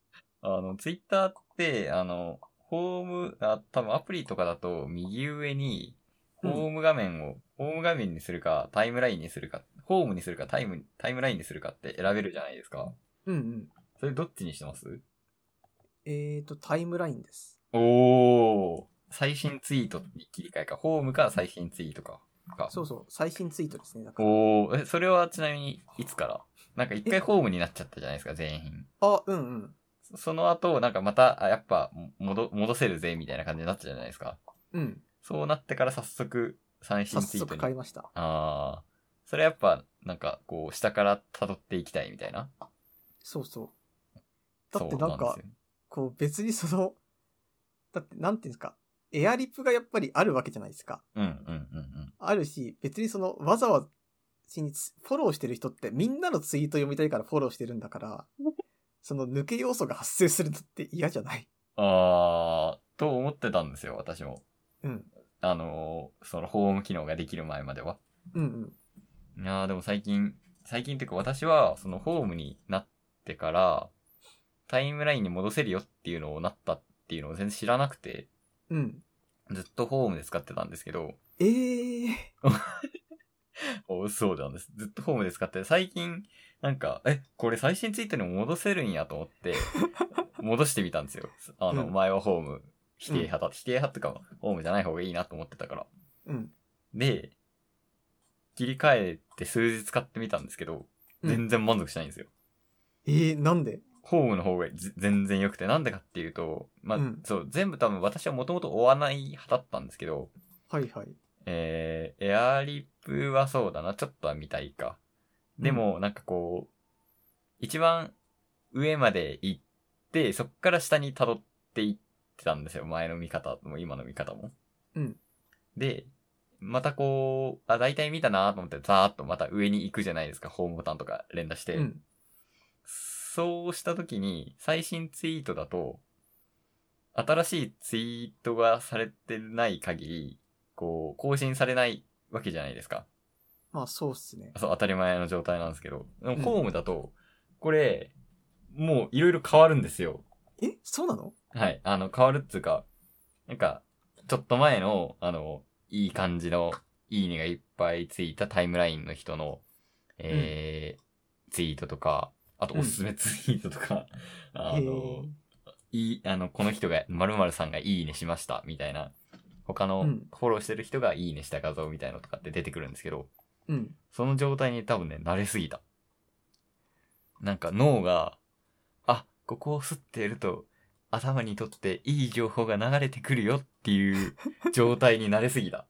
あの、ツイッターって、あの、ホーム、あ、多分アプリとかだと右上に、
うん
ホーム画面を、ホーム画面にするか、タイムラインにするか、ホームにするか、タイム、タイムラインにするかって選べるじゃないですか。
うんうん。
それどっちにしてます
えーと、タイムラインです。
おー。最新ツイートに切り替えか、ホームか最新ツイートか。か
そうそう、最新ツイートですね。だから
おー。え、それはちなみに、いつからなんか一回ホームになっちゃったじゃないですか、全員。
あ、うんうん。
そその後、なんかまた、あ、やっぱ、も戻、戻せるぜ、みたいな感じになったじゃないですか。
うん。
そうなってから早速、最新
早
ツイート
速
に。
買いました。
ああ。それやっぱ、なんか、こう、下から辿っていきたいみたいな。
そうそう。だって
そう
なんか、
ですよ
こう別にその、だってなんていうんですか、エアリプがやっぱりあるわけじゃないですか。
うんうんうんうん。
あるし、別にその、わざわざ、フォローしてる人ってみんなのツイート読みたいからフォローしてるんだから、 その抜け要素が発生するのって嫌じゃない
ああ、と思ってたんですよ、私も。
うん。
あのーそのホーム機能ができる前までは。
うんうん。
いやーでも最近、最近っていうか私は、そのホームになってから、タイムラインに戻せるよっていうのをなったっていうのを全然知らなくて、
うん。
ずっとホームで使ってたんですけど、
えー。
おそうなんです。ずっとホームで使って、最近、なんか、え、これ最新ツイートにも戻せるんやと思 って、戻してみたんですよ。あの、
うん
前はホーム、否定派だ、否定派とかはホームじゃない方がいいなと思ってたから。
うん。
で、切り替えて数日使ってみたんですけど、
うん
全然満足しないんですよ。
えー、なんで
ホームの方がぜ全然良くて、なんでかっていうと、まあ、
うん
そう、全部多分私はもともと追わない派だったんですけど、
はいはい。
えー、エアリップはそうだな、ちょっとは見たいか。でも、なんかこう、一番上まで行って、そっから下に辿って行ってたんですよ。前の見方も今の見方も。
うん。
で、またこう、あ、大体見たなと思って、ざーっとまた上に行くじゃないですか。ホームボタンとか連打して。
うん。
そうしたときに、最新ツイートだと、新しいツイートがされてない限り、こう、更新されないわけじゃないですか。
まあそうっすね。
そう、当たり前の状態なんですけど。で
うん
も、ホームだと、これ、もういろいろ変わるんですよ。
えそうなの
はい。あの、変わるっつうか、なんか、ちょっと前の、あの、いい感じの、いいねがいっぱいついたタイムラインの人の、えーツイートとか、あとおすすめツイート とか、あ
へ
の、いい、あの、この人が、〇〇さんがいいねしました、みたいな、他の
うん
フォローしてる人がいいねした画像みたいなのとかって出てくるんですけど、
ーうん。
その状態に多分ね、慣れすぎた。なんか脳が、あ、ここを吸っていると、頭にとっていい情報が流れてくるよって いう状態に慣れすぎた。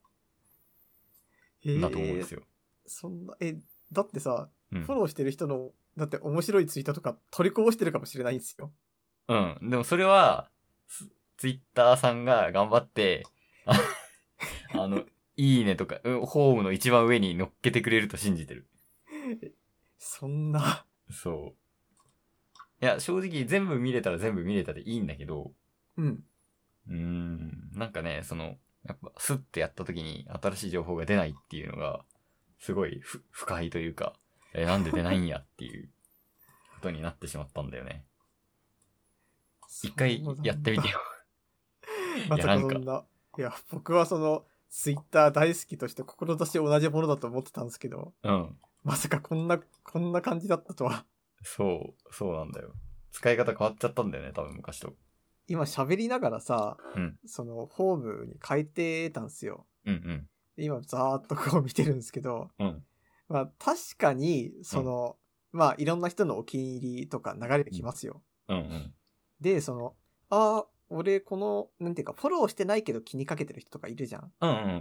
へ
んだと思うんです
よ。
よ。
そんな、え、だってさ、
うん
フォローしてる人の、だって面白いツイートとか取りこぼしてるかもしれないんですよ。
うん。でもそれは、ツツイッターさんが頑張って、ああ の、いいねとか、うんホームの一番上に乗っけてくれると信じてる。
そんな、
そいや、正直全部見れたら全部見れたでいいんだけど、
うん。
うーん、なんかね、その、やっぱスッてやった時に新しい情報が出ないっていうのが、すごい不不快というか、え、なんで出ないんやっていう ことになってしまったんだよね。一回やってみてよ。
ま
い
さ
やな
かそ
んか
んな。いや、僕はその、ツイッター大好きとして、志同じものだと思ってたんですけど、
うん。
まさかこんな、こんな感じだったとは。
そう、そうなんだよ。使い方変わっちゃったんだよね、多分昔と。
今喋りながらさ、
うん
その、フォームに変えてたんですよ。
うん
で今、ざーっとこう見てるんですけど、
うん。うん。
まあ、確かに、その、まあ、いろんな人のお気に入りとか流れてきますよ。
うんうん。
で、その、ああ、俺、この、なんていうか、フォローしてないけど気にかけてる人とかいるじゃん。
うんうんうんうんう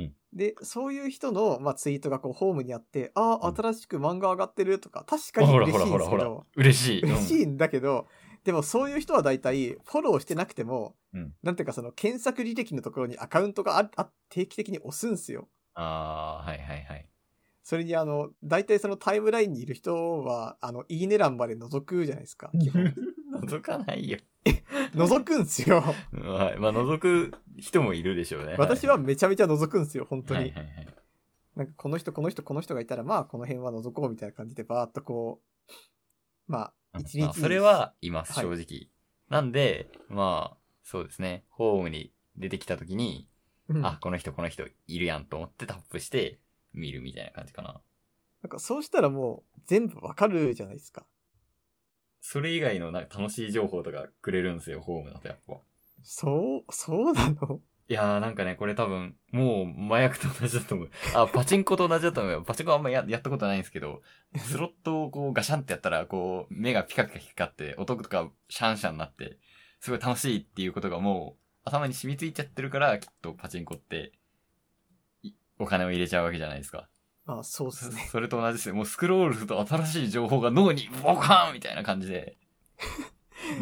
ん。
で、そういう人の、まあ、ツイートがこう、ホームにあって、あ
う
あ、
ん
新しく漫画上がってるとか、確か
あ
に
ほら
嬉し
ほら
いんです
ほら
け
ほら
ど、。
嬉しい。
嬉し
い。
いんだけど、でもそういう人は大体、フォローしてなくても、
うん
なんていうかその、検索履歴のところにアカウントがああ定期的に押すんすよ。
ああ、はいはいはい。
それにあの、大体そのタイムラインにいる人は、あの、いいね欄まで覗くじゃないですか。基本
覗かないよ。
覗くんす よ。
はい。まあ、覗く人もいるでしょうね。
私はめちゃめちゃ覗くんすよ、本当
はい
に。
はいはい。
なんかこの人、この人、この人がいたら、まあこの辺は覗こうみたいな感じでバーっとこう、まあ、一日
まあ、
に
それは、います、
はい
正直。なんで、まあ、そうですね。ホームに出てきたときに、
うん
あ、この人この人いるやんと思ってタップして、見るみたいな感じかな。
なんかそうしたらもう全部わかるじゃないですか。
それ以外のなんか楽しい情報とかくれるんですよ、ホームだとやっぱ。
そう、そうなの
いやーなんかね、これ多分、もう麻薬と同じだと思う。あ、パチンコと同じだと思うよ。パチンコはあんまややったことないんですけど、スロットをこうガシャンってやったら、こう、目がピカピカ光って、音とかシャンシャンになって、すごい楽しいっていうことがもう、頭に染みついちゃってるから、きっとパチンコって、いお金を入れちゃうわけじゃないですか。
あ、そうです
そ
ね。
それと同じですね。もうスクロールすると新しい情報が脳にボカーンみたいな感 じで、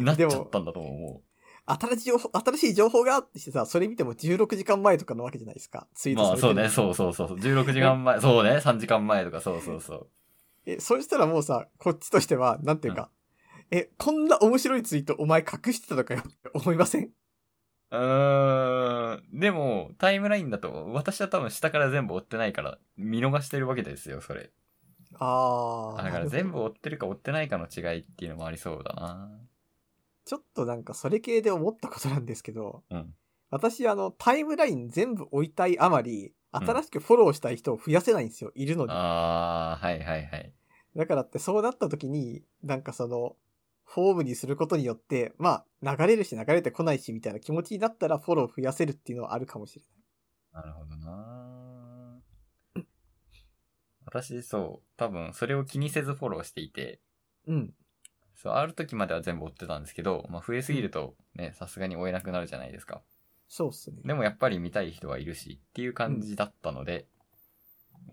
なっちゃったんだと思うもう。
新しい情報、新しい情報があってしてさ、それ見ても16時間前とかのわけじゃないですか。ツイート
まあ
さ
そ
れ
う
てる
ね、そうそうそうそう。16時間前、そうね、3時間前とか、そうそうそう。
え、そうしたらもうさ、こっちとしては、なんていうか、え、こんな面白いツイートお前隠してたのかよって思いません
うーん。でも、タイムラインだと、私は多分下から全部追ってないから、見逃してるわけですよ、それ。
あ
だ
あ。
から
な
全部
るほど
追ってるか追ってないかの違いっていうのもありそうだな。
ちょっとなんかそれ系で思ったことなんですけど、
うん
私あの、タイムライン全部置いたいあまり、
ん
新しくフォローしたい人を増やせないんですよ、いるのに。
あー、はいはいはい。
だからってそうなった時に、なんかその、フォームにすることによって、まあ、流れるし流れてこないしみたいな気持ちになったらフォロー増やせるっていうのはあるかもしれない。
なるほどな。私、そう、多分、それを気にせずフォローしていて、
うん。
そう、ある時までは全部追ってたんですけど、まあ増えすぎるとね、さすがに追えなくなるじゃないですか。
そうっすね。
でもやっぱり見たい人はいるしっていう感じだったので、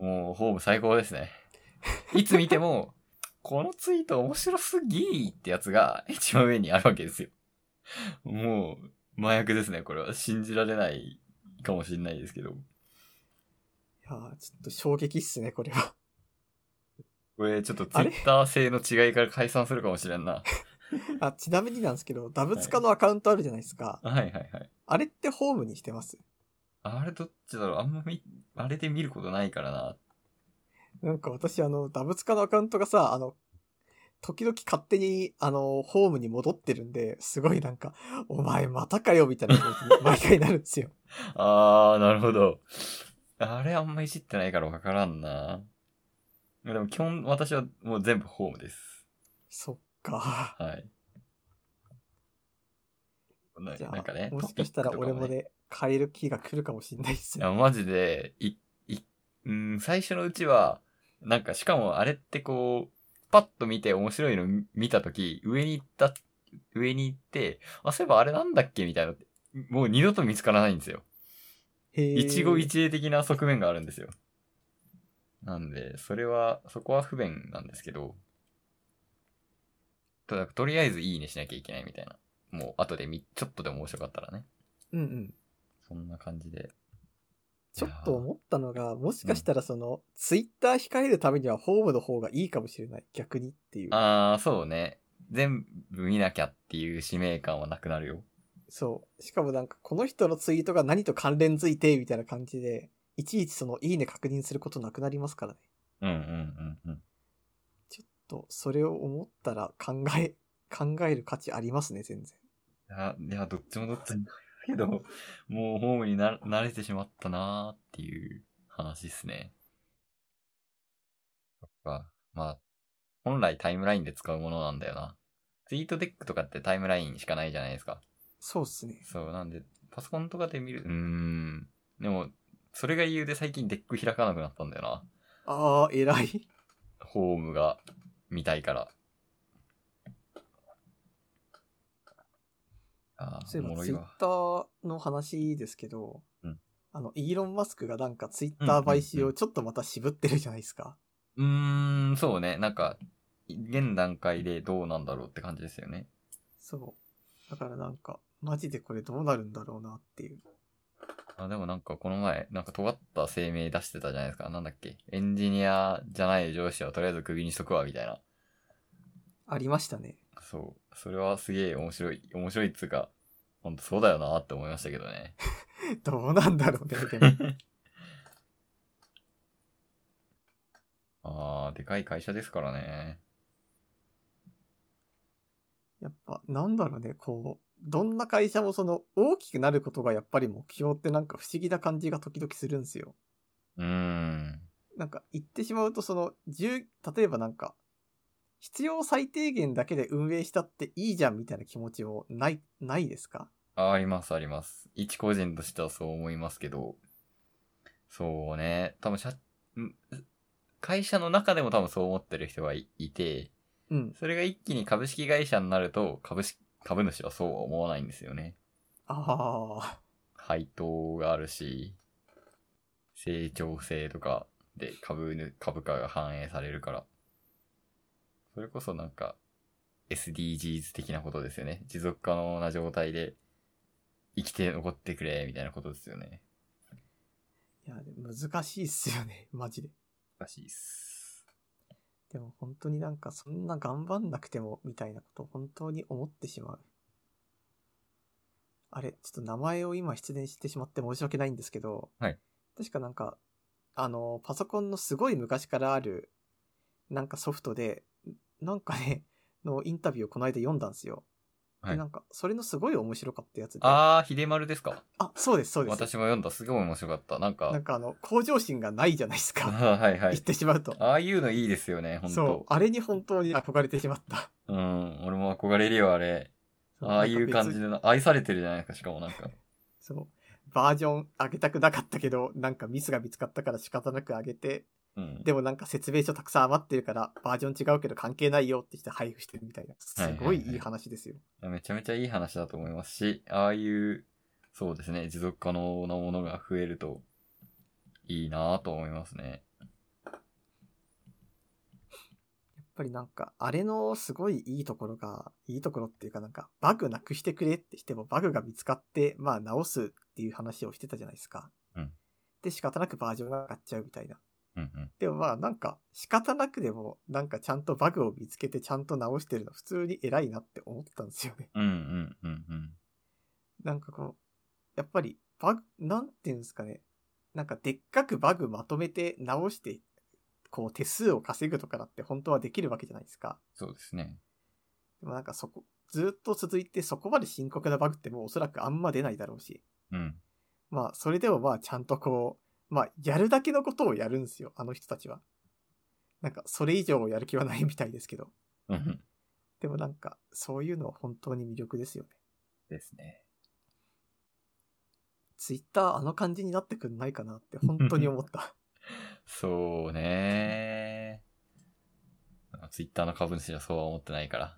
もうホーム最高ですね。 いつ見ても、このツイート面白すぎーってやつが一番上にあるわけですよ。もう、麻薬ですね、これは。信じられないかもしれないですけど。
いやーちょっと衝撃っすね、これは。
これちょっとツイ
あれ
ッター性の違いから解散するかもしれんな。
あ、ちなみになんですけど、ダブツカのアカウントあるじゃないですか。
はいはいはい。
あれってホームにしてます
あれどっちだろうあんまみ、あれで見ることないからな。
なんか私あの、ダブツカのアカウントがさ、あの、時々勝手に、あの、ホームに戻ってるんで、すごいなんか、お前またかよ、みたいな気持ちに毎回なるんですよ。
あー、なるほど。あれあんまいじってないからわからんな。でも基本私はもう全部ホームです。
そっか。
はい。な
じゃ
なんかね
あ、、もしかしたら
トピッ
俺
クとか
もね、変える気が来るかもしんないっす
い
ね。
や、マジで、い、い、うん、最初のうちは、なんか、しかもあれってこう、パッと見て面白いの見見たとき、上に行った、上に行って、あ、そういえばあれなんだっけみたいな、もう二度と見つからないんですよ。
へー
一期一会的な側面があるんですよ。なんで、それは、そこは不便なんですけど、ととりあえずいいねしなきゃいけないみたいな。もう後でみ、ちょっとでも面白かったらね。
うんうん。
そんな感じで。
ちょっと思ったのが、もしかしたらその、ツイッター控えるためにはホームの方がいいかもしれない。逆にっていう。
あー、そうね。全部見なきゃっていう使命感はなくなるよ。
そう。しかもなんか、この人のツイートが何と関連づいて、みたいな感じで、いちいちその、いいね確認することなくなりますからね。
うんうんうんうん。
ちょっと、それを思ったら考え、 考える価値ありますね、全然。
いや、いやどっちもどっちもだけど、もうホームにな慣れてしまったなーっていう話っすね。そっか。まあ、本来タイムラインで使うものなんだよな。ツイートデックとかってタイムラインしかないじゃないですか。
そうっすね。
そう、なんで、パソコンとかで見る、うーん。でも、それが理由で最近デック開かなくなったんだよな。
あー、偉い。
ホームが見たいから。ああ、
そうい
お
え
も
ば、
ろ
ツ
い
イッ
わ。
ターの話ですけど、
うん
あの、イーロン・マスクがなんかツイッター買収をちょっとまた渋ってるじゃないですか。
うーん、そうね。なんか、現段階でどうなんだろうって感じですよね。
そう。だからなんか、マジでこれどうなるんだろうなっていう。
あでもなんかこの前、なんか尖った声明出してたじゃないですか。なんだっけ。エンジニアじゃない上司をとりあえずクビにしとくわ、みたいな。
ありましたね。
そう。それはすげえ面白い、面白いっつうか、ほんとそうだよなって思いましたけどね。
どうなんだろうね、でも。
ああ、でかい会社ですからね。
やっぱ、なんだろうね、こう、どんな会社もその、大きくなることがやっぱり目標ってなんか不思議な感じが時々するんですよ。
うーん。
なんか言ってしまうとその10例えばなんか必要最低限だけで運営したっていいじゃんみたいな気持ちもないないですか
ああります、あります。一個人としてはそう思いますけど、そうね、多分社、ん会社の中でも多分そう思ってる人がいいて、
うん
それが一気に株式会社になると、株式、株主はそうは思わないんですよね。
ああ
配当があるし、成長性とかで株ぬ、株価が反映されるから。それこそなんか、SDGs 的なことですよね。持続可能な状態で生きて残ってくれ、みたいなことですよね。
いや難しいっすよねマジで
らしいっす。
でも本当になんかそんな頑張んなくてもみたいなことを本当に思ってしまうあれちょっと名前を今失念してしまって申し訳ないんですけど、
はい
確かなんかあのパソコンのすごい昔からあるなんかソフトでなんかね のインタビューをこの間読んだんですよ、
は
で
い
なんかそれのすごい面白かったやつであ
あー、秀丸ですか
そうですそうです
私も読んだ。すごい面白かった。なんか、
なんかあの向上心がないじゃないです
あ
か
ー はいは
言っ
い。
てしまうと
ああいうのいいですよね、ほん
そう
と。
あれに本当に憧れてしまった
うん、俺も憧れるよ、あれ。ああいう感じ
で。
でな、愛されてるじゃないですか、しかもなんか。
そう。バージョン上げたくなかったけど、なんかミスが見つかったから仕方なく上げて、
うん。
でもなんか説明書たくさん余ってるから、バージョン違うけど関係ないよってして配布してるみたいな。すごい
はいはいはい
いい話ですよ。
いやめちゃめちゃいい話だと思いますし、ああいう、そうですね、持続可能なものが増えるといいなぁと思いますね。
やっぱりなんか、あれのすごいいいところが、いいところっていうかなんか、バグなくしてくれってしても、バグが見つかって、まあ直すっていう話をしてたじゃないですか。
うん
で、仕方なくバージョンが上がっちゃうみたいな。
うんうん。
でもまあなんか仕方なくでもなんかちゃんとバグを見つけてちゃんと直してるの普通に偉いなって思ったんですよね。
うんうんうんうん。
なんかこう、やっぱりバグ、なんていうんですかね。なんかでっかくバグまとめて直して、こう手数を稼ぐとかだって本当はできるわけじゃないですか。
そうですね。
でもなんかそこ、ずっと続いてそこまで深刻なバグってもうおそらくあんま出ないだろうし。
うん。
まあそれでもまあちゃんとこう、まあやるだけのことをやるんですよ、あの人たちは。なんかそれ以上やる気はないみたいですけど。
うんうん。
でもなんか、そういうのは本当に魅力ですよね。
ですね。
ツイッターあの感じになってくんないかなって本当に思った。
そうねー。ツイッターの株主はそうは思ってないから。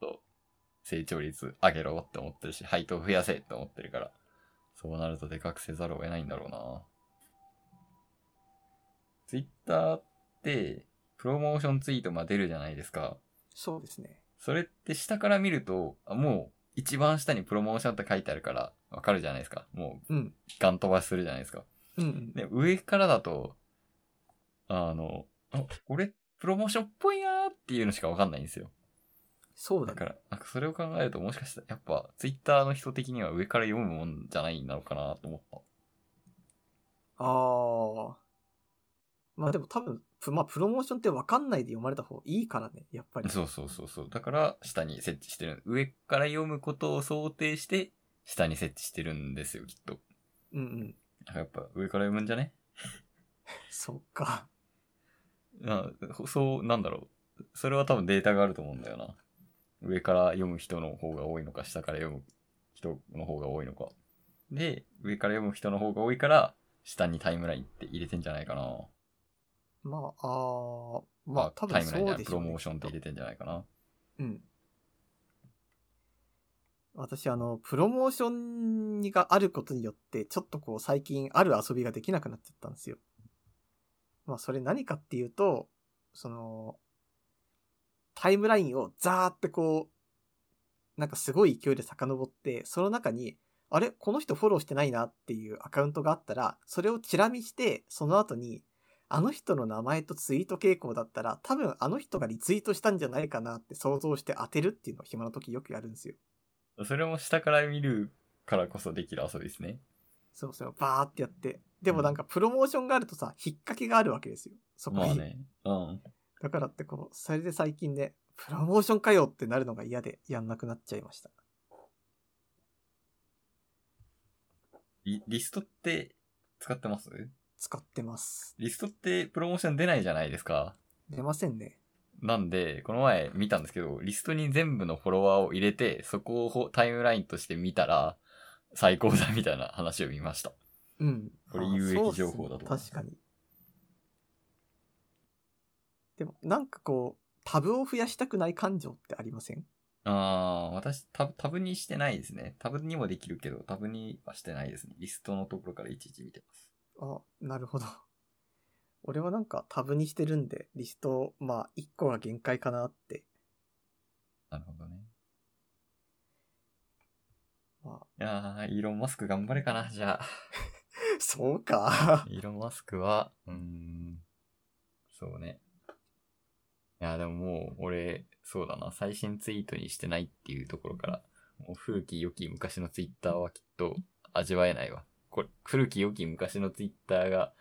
そう。成長率上げろって思ってるし、配当増やせって思ってるから。そうなるとでかくせざるを得ないんだろうな。ツイッターって、プロモーションツイートまあ出るじゃないですか。
そうですね。
それって下から見ると、あもう一番下にプロモーションって書いてあるから、わかるじゃないですか。もう
うん。
ガン飛ばしするじゃないですか。
うんうん。
で、上からだと、あの、あこれ、プロモーションっぽいなーっていうのしかわかんないんですよ。
そうだ
だ
ね
から、なんかそれを考えるともしかしたら、やっぱ、ツイッターの人的には上から読むもんじゃないんだろうかなと思った。
ああ。まあでも多分、プまあプロモーションって分かんないで読まれた方がいいからね、やっぱり。
そうそうそうそう。だから、下に設置してる。上から読むことを想定して、下に設置してるんですよ、きっと。
うんうん。
なんかやっぱ、上から読むんじゃね
そっか。
なそう、なんだろう。それは多分データがあると思うんだよな。上から読む人の方が多いのか、下から読む人の方が多いのか。で、上から読む人の方が多いから、下にタイムラインって入れてんじゃないかな。
まあ、あーまあ多
タ
分
イム
そ
ラインじゃ
う
な
で
いプ
しょ
ロ
う、ね
モー。ションって入れてんじゃないかな。
うん。私、あの、プロモーションがあることによって、ちょっとこう、最近ある遊びができなくなっちゃったんですよ。まあ、それ何かっていうと、その、タイムラインをザーってこう、なんかすごい勢いで遡って、その中に、あれこの人フォローしてないなっていうアカウントがあったら、それをチラ見して、その後に、あの人の名前とツイート傾向だったら、多分あの人がリツイートしたんじゃないかなって想像して当てるっていうのを暇な時よくやるんですよ。
それも下から見るからこそできる遊びですね。
そうそう、バーってやって。でもなんかプロモーションがあるとさ、引っ掛けがあるわけですよ。そこに。
まあね。うん。
だからってこう、それで最近ね、プロモーションかよってなるのが嫌でやんなくなっちゃいました。
リリストって使ってます
使ってます。
リストってプロモーション出ないじゃないですか。
出ませんね。
なんで、この前見たんですけど、リストに全部のフォロワーを入れて、そこをほタイムラインとして見たら、最高だみたいな話を見ました。
うん。
これ
あー
有益
そうっす
情報だと思う
確かに。でもなんかこう、タブを増やしたくない感情ってありません
あー、私タブ、タブにしてないですね。タブにもできるけど、タブにはしてないですね。リストのところからいちいち見てます。
あ、なるほど。 俺はなんかタブにしてるんで、リスト、まあ、1個が限界かなって。
なるほどね。
まあ、
いやー、イーロンマスク頑張れかな、じゃあ。
そうか。
イーロン・マスクは、うーん、そうね。いや、でももう、俺、そうだな、最新ツイートにしてないっていうところから、もう古き良き昔のツイッターはきっと味わえないわ。これ、古き良き昔のツイッターが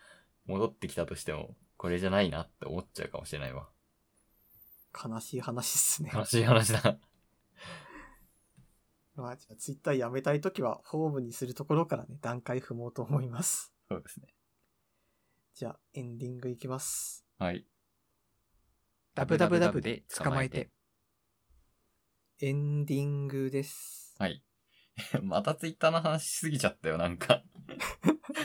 戻ってきたとしても、これじゃないなって思っちゃうかもしれないわ。
悲しい話っすね。
悲しい話だ。
まあ、じゃあ、ツイッターやめたいときは、ホームにするところからね、段階踏もうと思います。
そうですね。
じゃあ、エンディングいきます。
はい。
ダブダブダブで捕まえて。
エンディングです。
はい。またツイッターの話しすぎちゃったよ、なん か。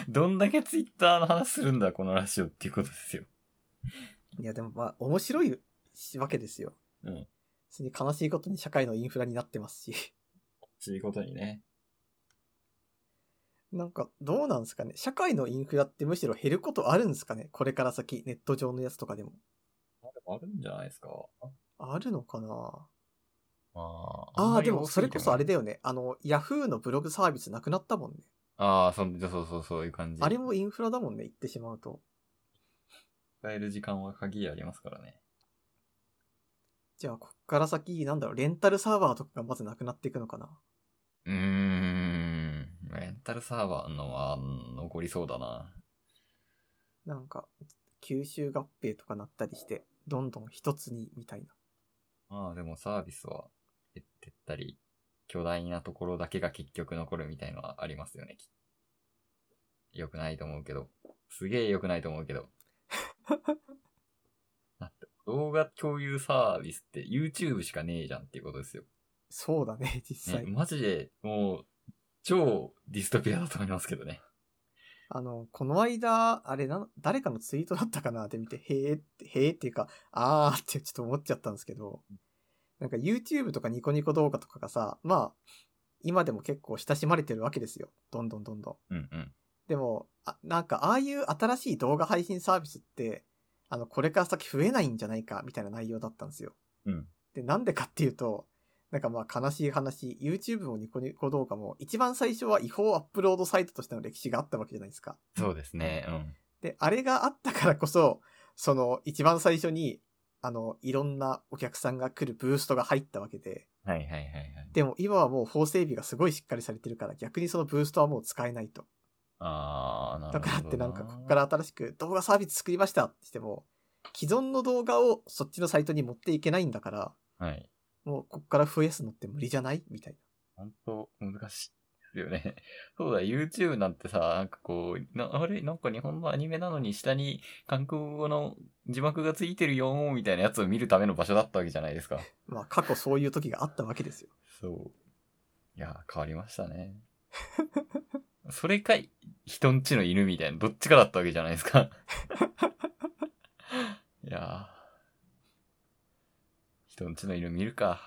どんだけツイッターの話するんだ、このラジオっていうことですよ。
いや、でもまあ、面白いわけですよ。
うん。
別に悲しいことに社会のインフラになってますし。
そういうことにね。
なんか、どうなんですかね。社会のインフラってむしろ減ることあるんですかね。これから先、ネット上のやつとかでも。
まあでもあるんじゃないですか。
あるのかな
まあ
ああー、でもそれこそあれだ
よ。
よね。あの、ヤフーのブログサービスなくなったもんね。
ああ、そうそうそう、そういう感じ。
あれもインフラだもんね、言ってしまうと。
使える時間は限りありますからね。
じゃあ、こっから先、なんだろう、レンタルサーバーとかがまずなくなっていくのかな。
うーん。レンタルサーバーのは残りそうだな。
なんか、吸収合併とかなったりして、どんどん一つに、みたいな。
まあでもサービスは減ってったり、巨大なところだけが結局残るみたいのはありますよね。良くないと思うけど。すげえ良くないと思う けど。だって動画共有サービスって YouTube しかねえじゃんっていうことですよ。
そうだね、実
ね
際。、
マジで、もう、超ディストピアだと思いますけどね。
あの、この間、あれな、誰かのツイートだったかなって見て、へえって、へえっていうか、あーってちょっと思っちゃったんですけど、なんか YouTube とかニコニコ動画とかがさ、まあ、今でも結構親しまれてるわけですよ。どんどんどんどん。
うんうん。
でも、あなんか、ああいう新しい動画配信サービスって、あの、これから先増えないんじゃないか、みたいな内容だったんですよ。
うん。
で、なんでかっていうと、なんかまあ悲しい話、YouTube もニコニコ動画も、一番最初は違法アップロードサイトとしての歴史があったわけじゃないですか。
そうですね。うん。
で、あれがあったからこそ、その、一番最初に、あの、いろんなお客さんが来るブーストが入ったわけで、
はいはいはいはい。
でも今はもう法整備がすごいしっかりされてるから、逆にそのブーストはもう使えないと。
ああ、なる
だ
ほど。
からってなんか、こっから新しく動画サービス作りましたってしても、既存の動画をそっちのサイトに持っていけないんだから、
ら。はい。
もうこっから増やすのって無理じゃないみたいな。
本当難しいですよね。 そうだ、YouTube なんてさ、なんかこう、なあれなんか日本のアニメなのに下に韓国語の字幕がついてるよーみたいなやつを見るための場所だったわけじゃないですか。
まあ過去そういう時があったわけですよ。
そう。いやー、変わりましたね。 それか、人んちの犬みたいな、どっちかだったわけじゃないですか。 いやー。人んちの犬見るか。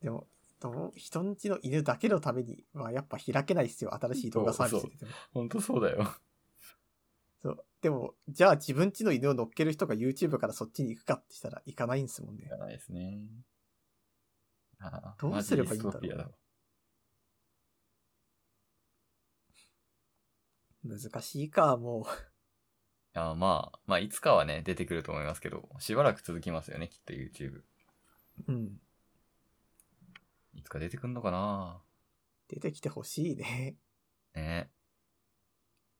でも、どう人んちの犬だけのためにはやっぱ開けないですよ。新しい動画サービス出ても。
ほんとそうだよ。
そう。でも、じゃあ自分ちの犬を乗っける人が YouTube からそっちに行くかってしたら行かないんですもんね
い。かないですね。ああ
どうすればいいんだろう
マジディストピアだわ
難しいか、も
いや、まあ、まあ、いつかはね、出てくると思いますけど、しばらく続きますよね、きっと YouTube。
う。うん。
いつか出てくんのかな
出てきてほしいね。
ね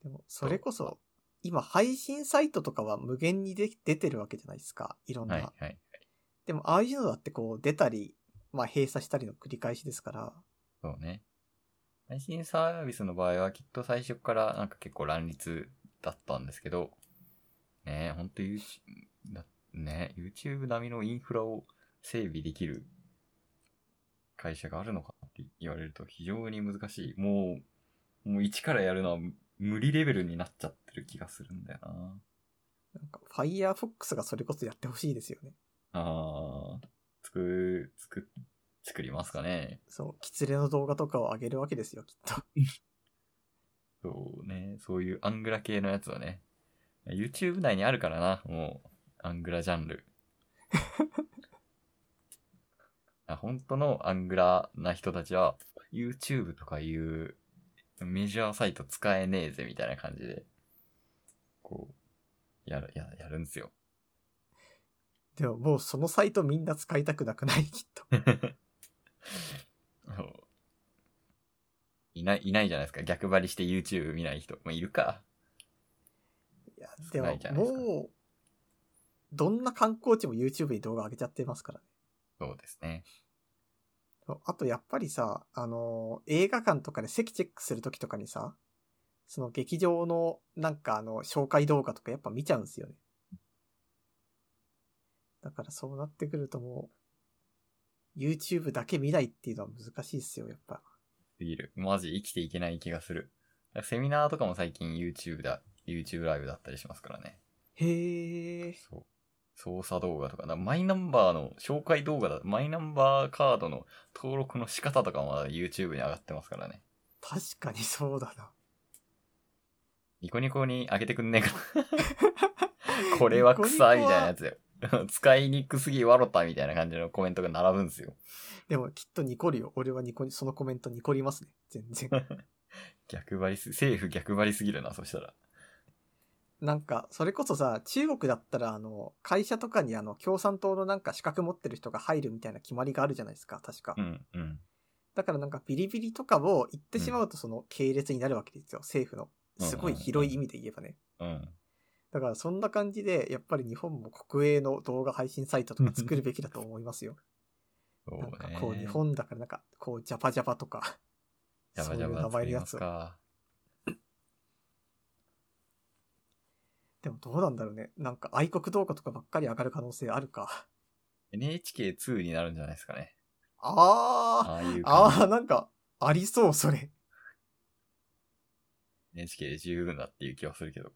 でも、それこそ、今配信サイトとかは無限にで出てるわけじゃないですか。いろんな。
はい、はい。
でも、ああいうのだってこう出たり、まあ閉鎖したりの繰り返しですから。
そうね。配信サービスの場合は、きっと最初からなんか結構乱立だったんですけど、ねえ、ほんと YouTube、だね YouTube 並みのインフラを整備できる会社があるのかって言われると非常に難しい。もう、もう一からやるのは無理レベルになっちゃってる気がするんだよな。
なんか、Firefox がそれこそやってほしいですよね。
あー、作、作、作りますかね。
そう、キツネの動画とかを上げるわけですよ、きっと。
そうね、そういうアングラ系のやつはね、YouTube 内にあるからな、もう、アングラジャンル。あ本当のアングラな人たちは、YouTube とかいうメジャーサイト使えねえぜみたいな感じで、こう、やる、ややるんですよ。
でも、もうそのサイトみんな使いたくなくない、きっと。
そういない、いないじゃないですか。逆張りして YouTube 見ない人。まあ、いるか。
いや、
少ないじ
で
ゃない
も、
ですか
もう、どんな観光地も YouTube に動画上げちゃってますからね。
そうですね。
そうあと、やっぱりさ、あのー映画館とかで席チェックするときとかにさ、その劇場の、なんかあの、紹介動画とかやっぱ見ちゃうんですよね。だからそうなってくるともう、YouTube だけ見ないっていうのは難しいっすよ、やっぱ。
すぎる。マジ生きていけない気がする。セミナーとかも最近 YouTube だ、YouTube ライブだったりしますからね。
へえ。
そう。操作動画とか、だマイナンバーの紹介動画だ、マイナンバーカードの登録の仕方とかまだ YouTube に上がってますからね。
確かにそうだな。
ニコニコに上げてくんねえか な。これは草みたいなやつよ。 使いにくすぎ笑ったみたいな感じのコメントが並ぶんですよ。
でもきっとニコるよ。俺はニコに、そのコメントニコりますね。全然。
逆張りす、政府逆張りすぎるな、そしたら。
なんか、それこそさ、中国だったら、あの、会社とかにあの、共産党のなんか資格持ってる人が入るみたいな決まりがあるじゃないですか、確か
う。ん、うん。
だからなんかビリビリとかを言ってしまうとその系列になるわけですよ、政府の。すごい広い意味で言えばね。
うん。
だからそんな感じで、やっぱり日本も国営の動画配信サイトとか作るべきだと思いますよ。
そう
なんか
ね。
こう日本だからなんか、こうジャパジャパとか、
ジャ
そう
バ
い
ジャ
う
バ
名
作
前の
り
や
ま
つ
す
を。
か。
でもどうなんだろうね。なんか愛国動画とかばっかり上がる可能性あるか。
NHK2 になるんじゃないですかね。
あー、
ああいう感
あー、なんか、ありそう、それ。
じ。NHK で十分だっていう気はするけど。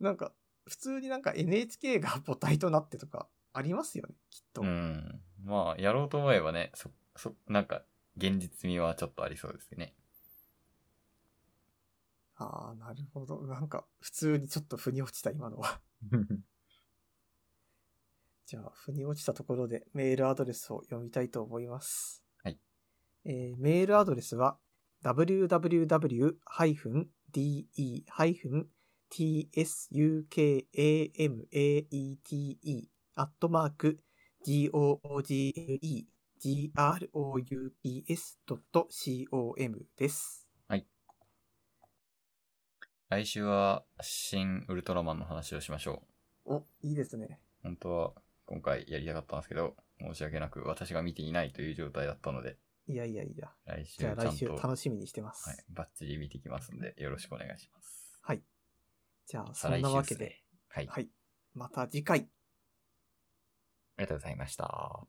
なんか、普通になんか NHK が母体となってとか、ありますよね、きっと。
うん。まあ、やろうと思えばね、そ、そ、なんか、現実味はちょっとありそうです ね。
ああ、なるほど。なんか、普通にちょっと腑に落ちた、今のは。じゃあ、腑に落ちたところでメールアドレスを読みたいと思います。
はい。
えーメールアドレスは www-de-tsuki tsukamaete アットマーク google.groups.com です。
来週は、新ウルトラマンの話をしましょ
お、いいですね。
う。本当は、今回やりたかったんですけど、申し訳なく私が見ていないという状態だったので、
いやいやいや。
来週ち
じ
ゃ
ゃあ
んと、は
来週
い、
楽しみにしてます。はい。
バッチリ見てきますんで、よろしくお願いします。
じゃあ、そ
再来
ん
週
なわけ
すね
で、
はい。あ
はい。また次回。
りがとうございました。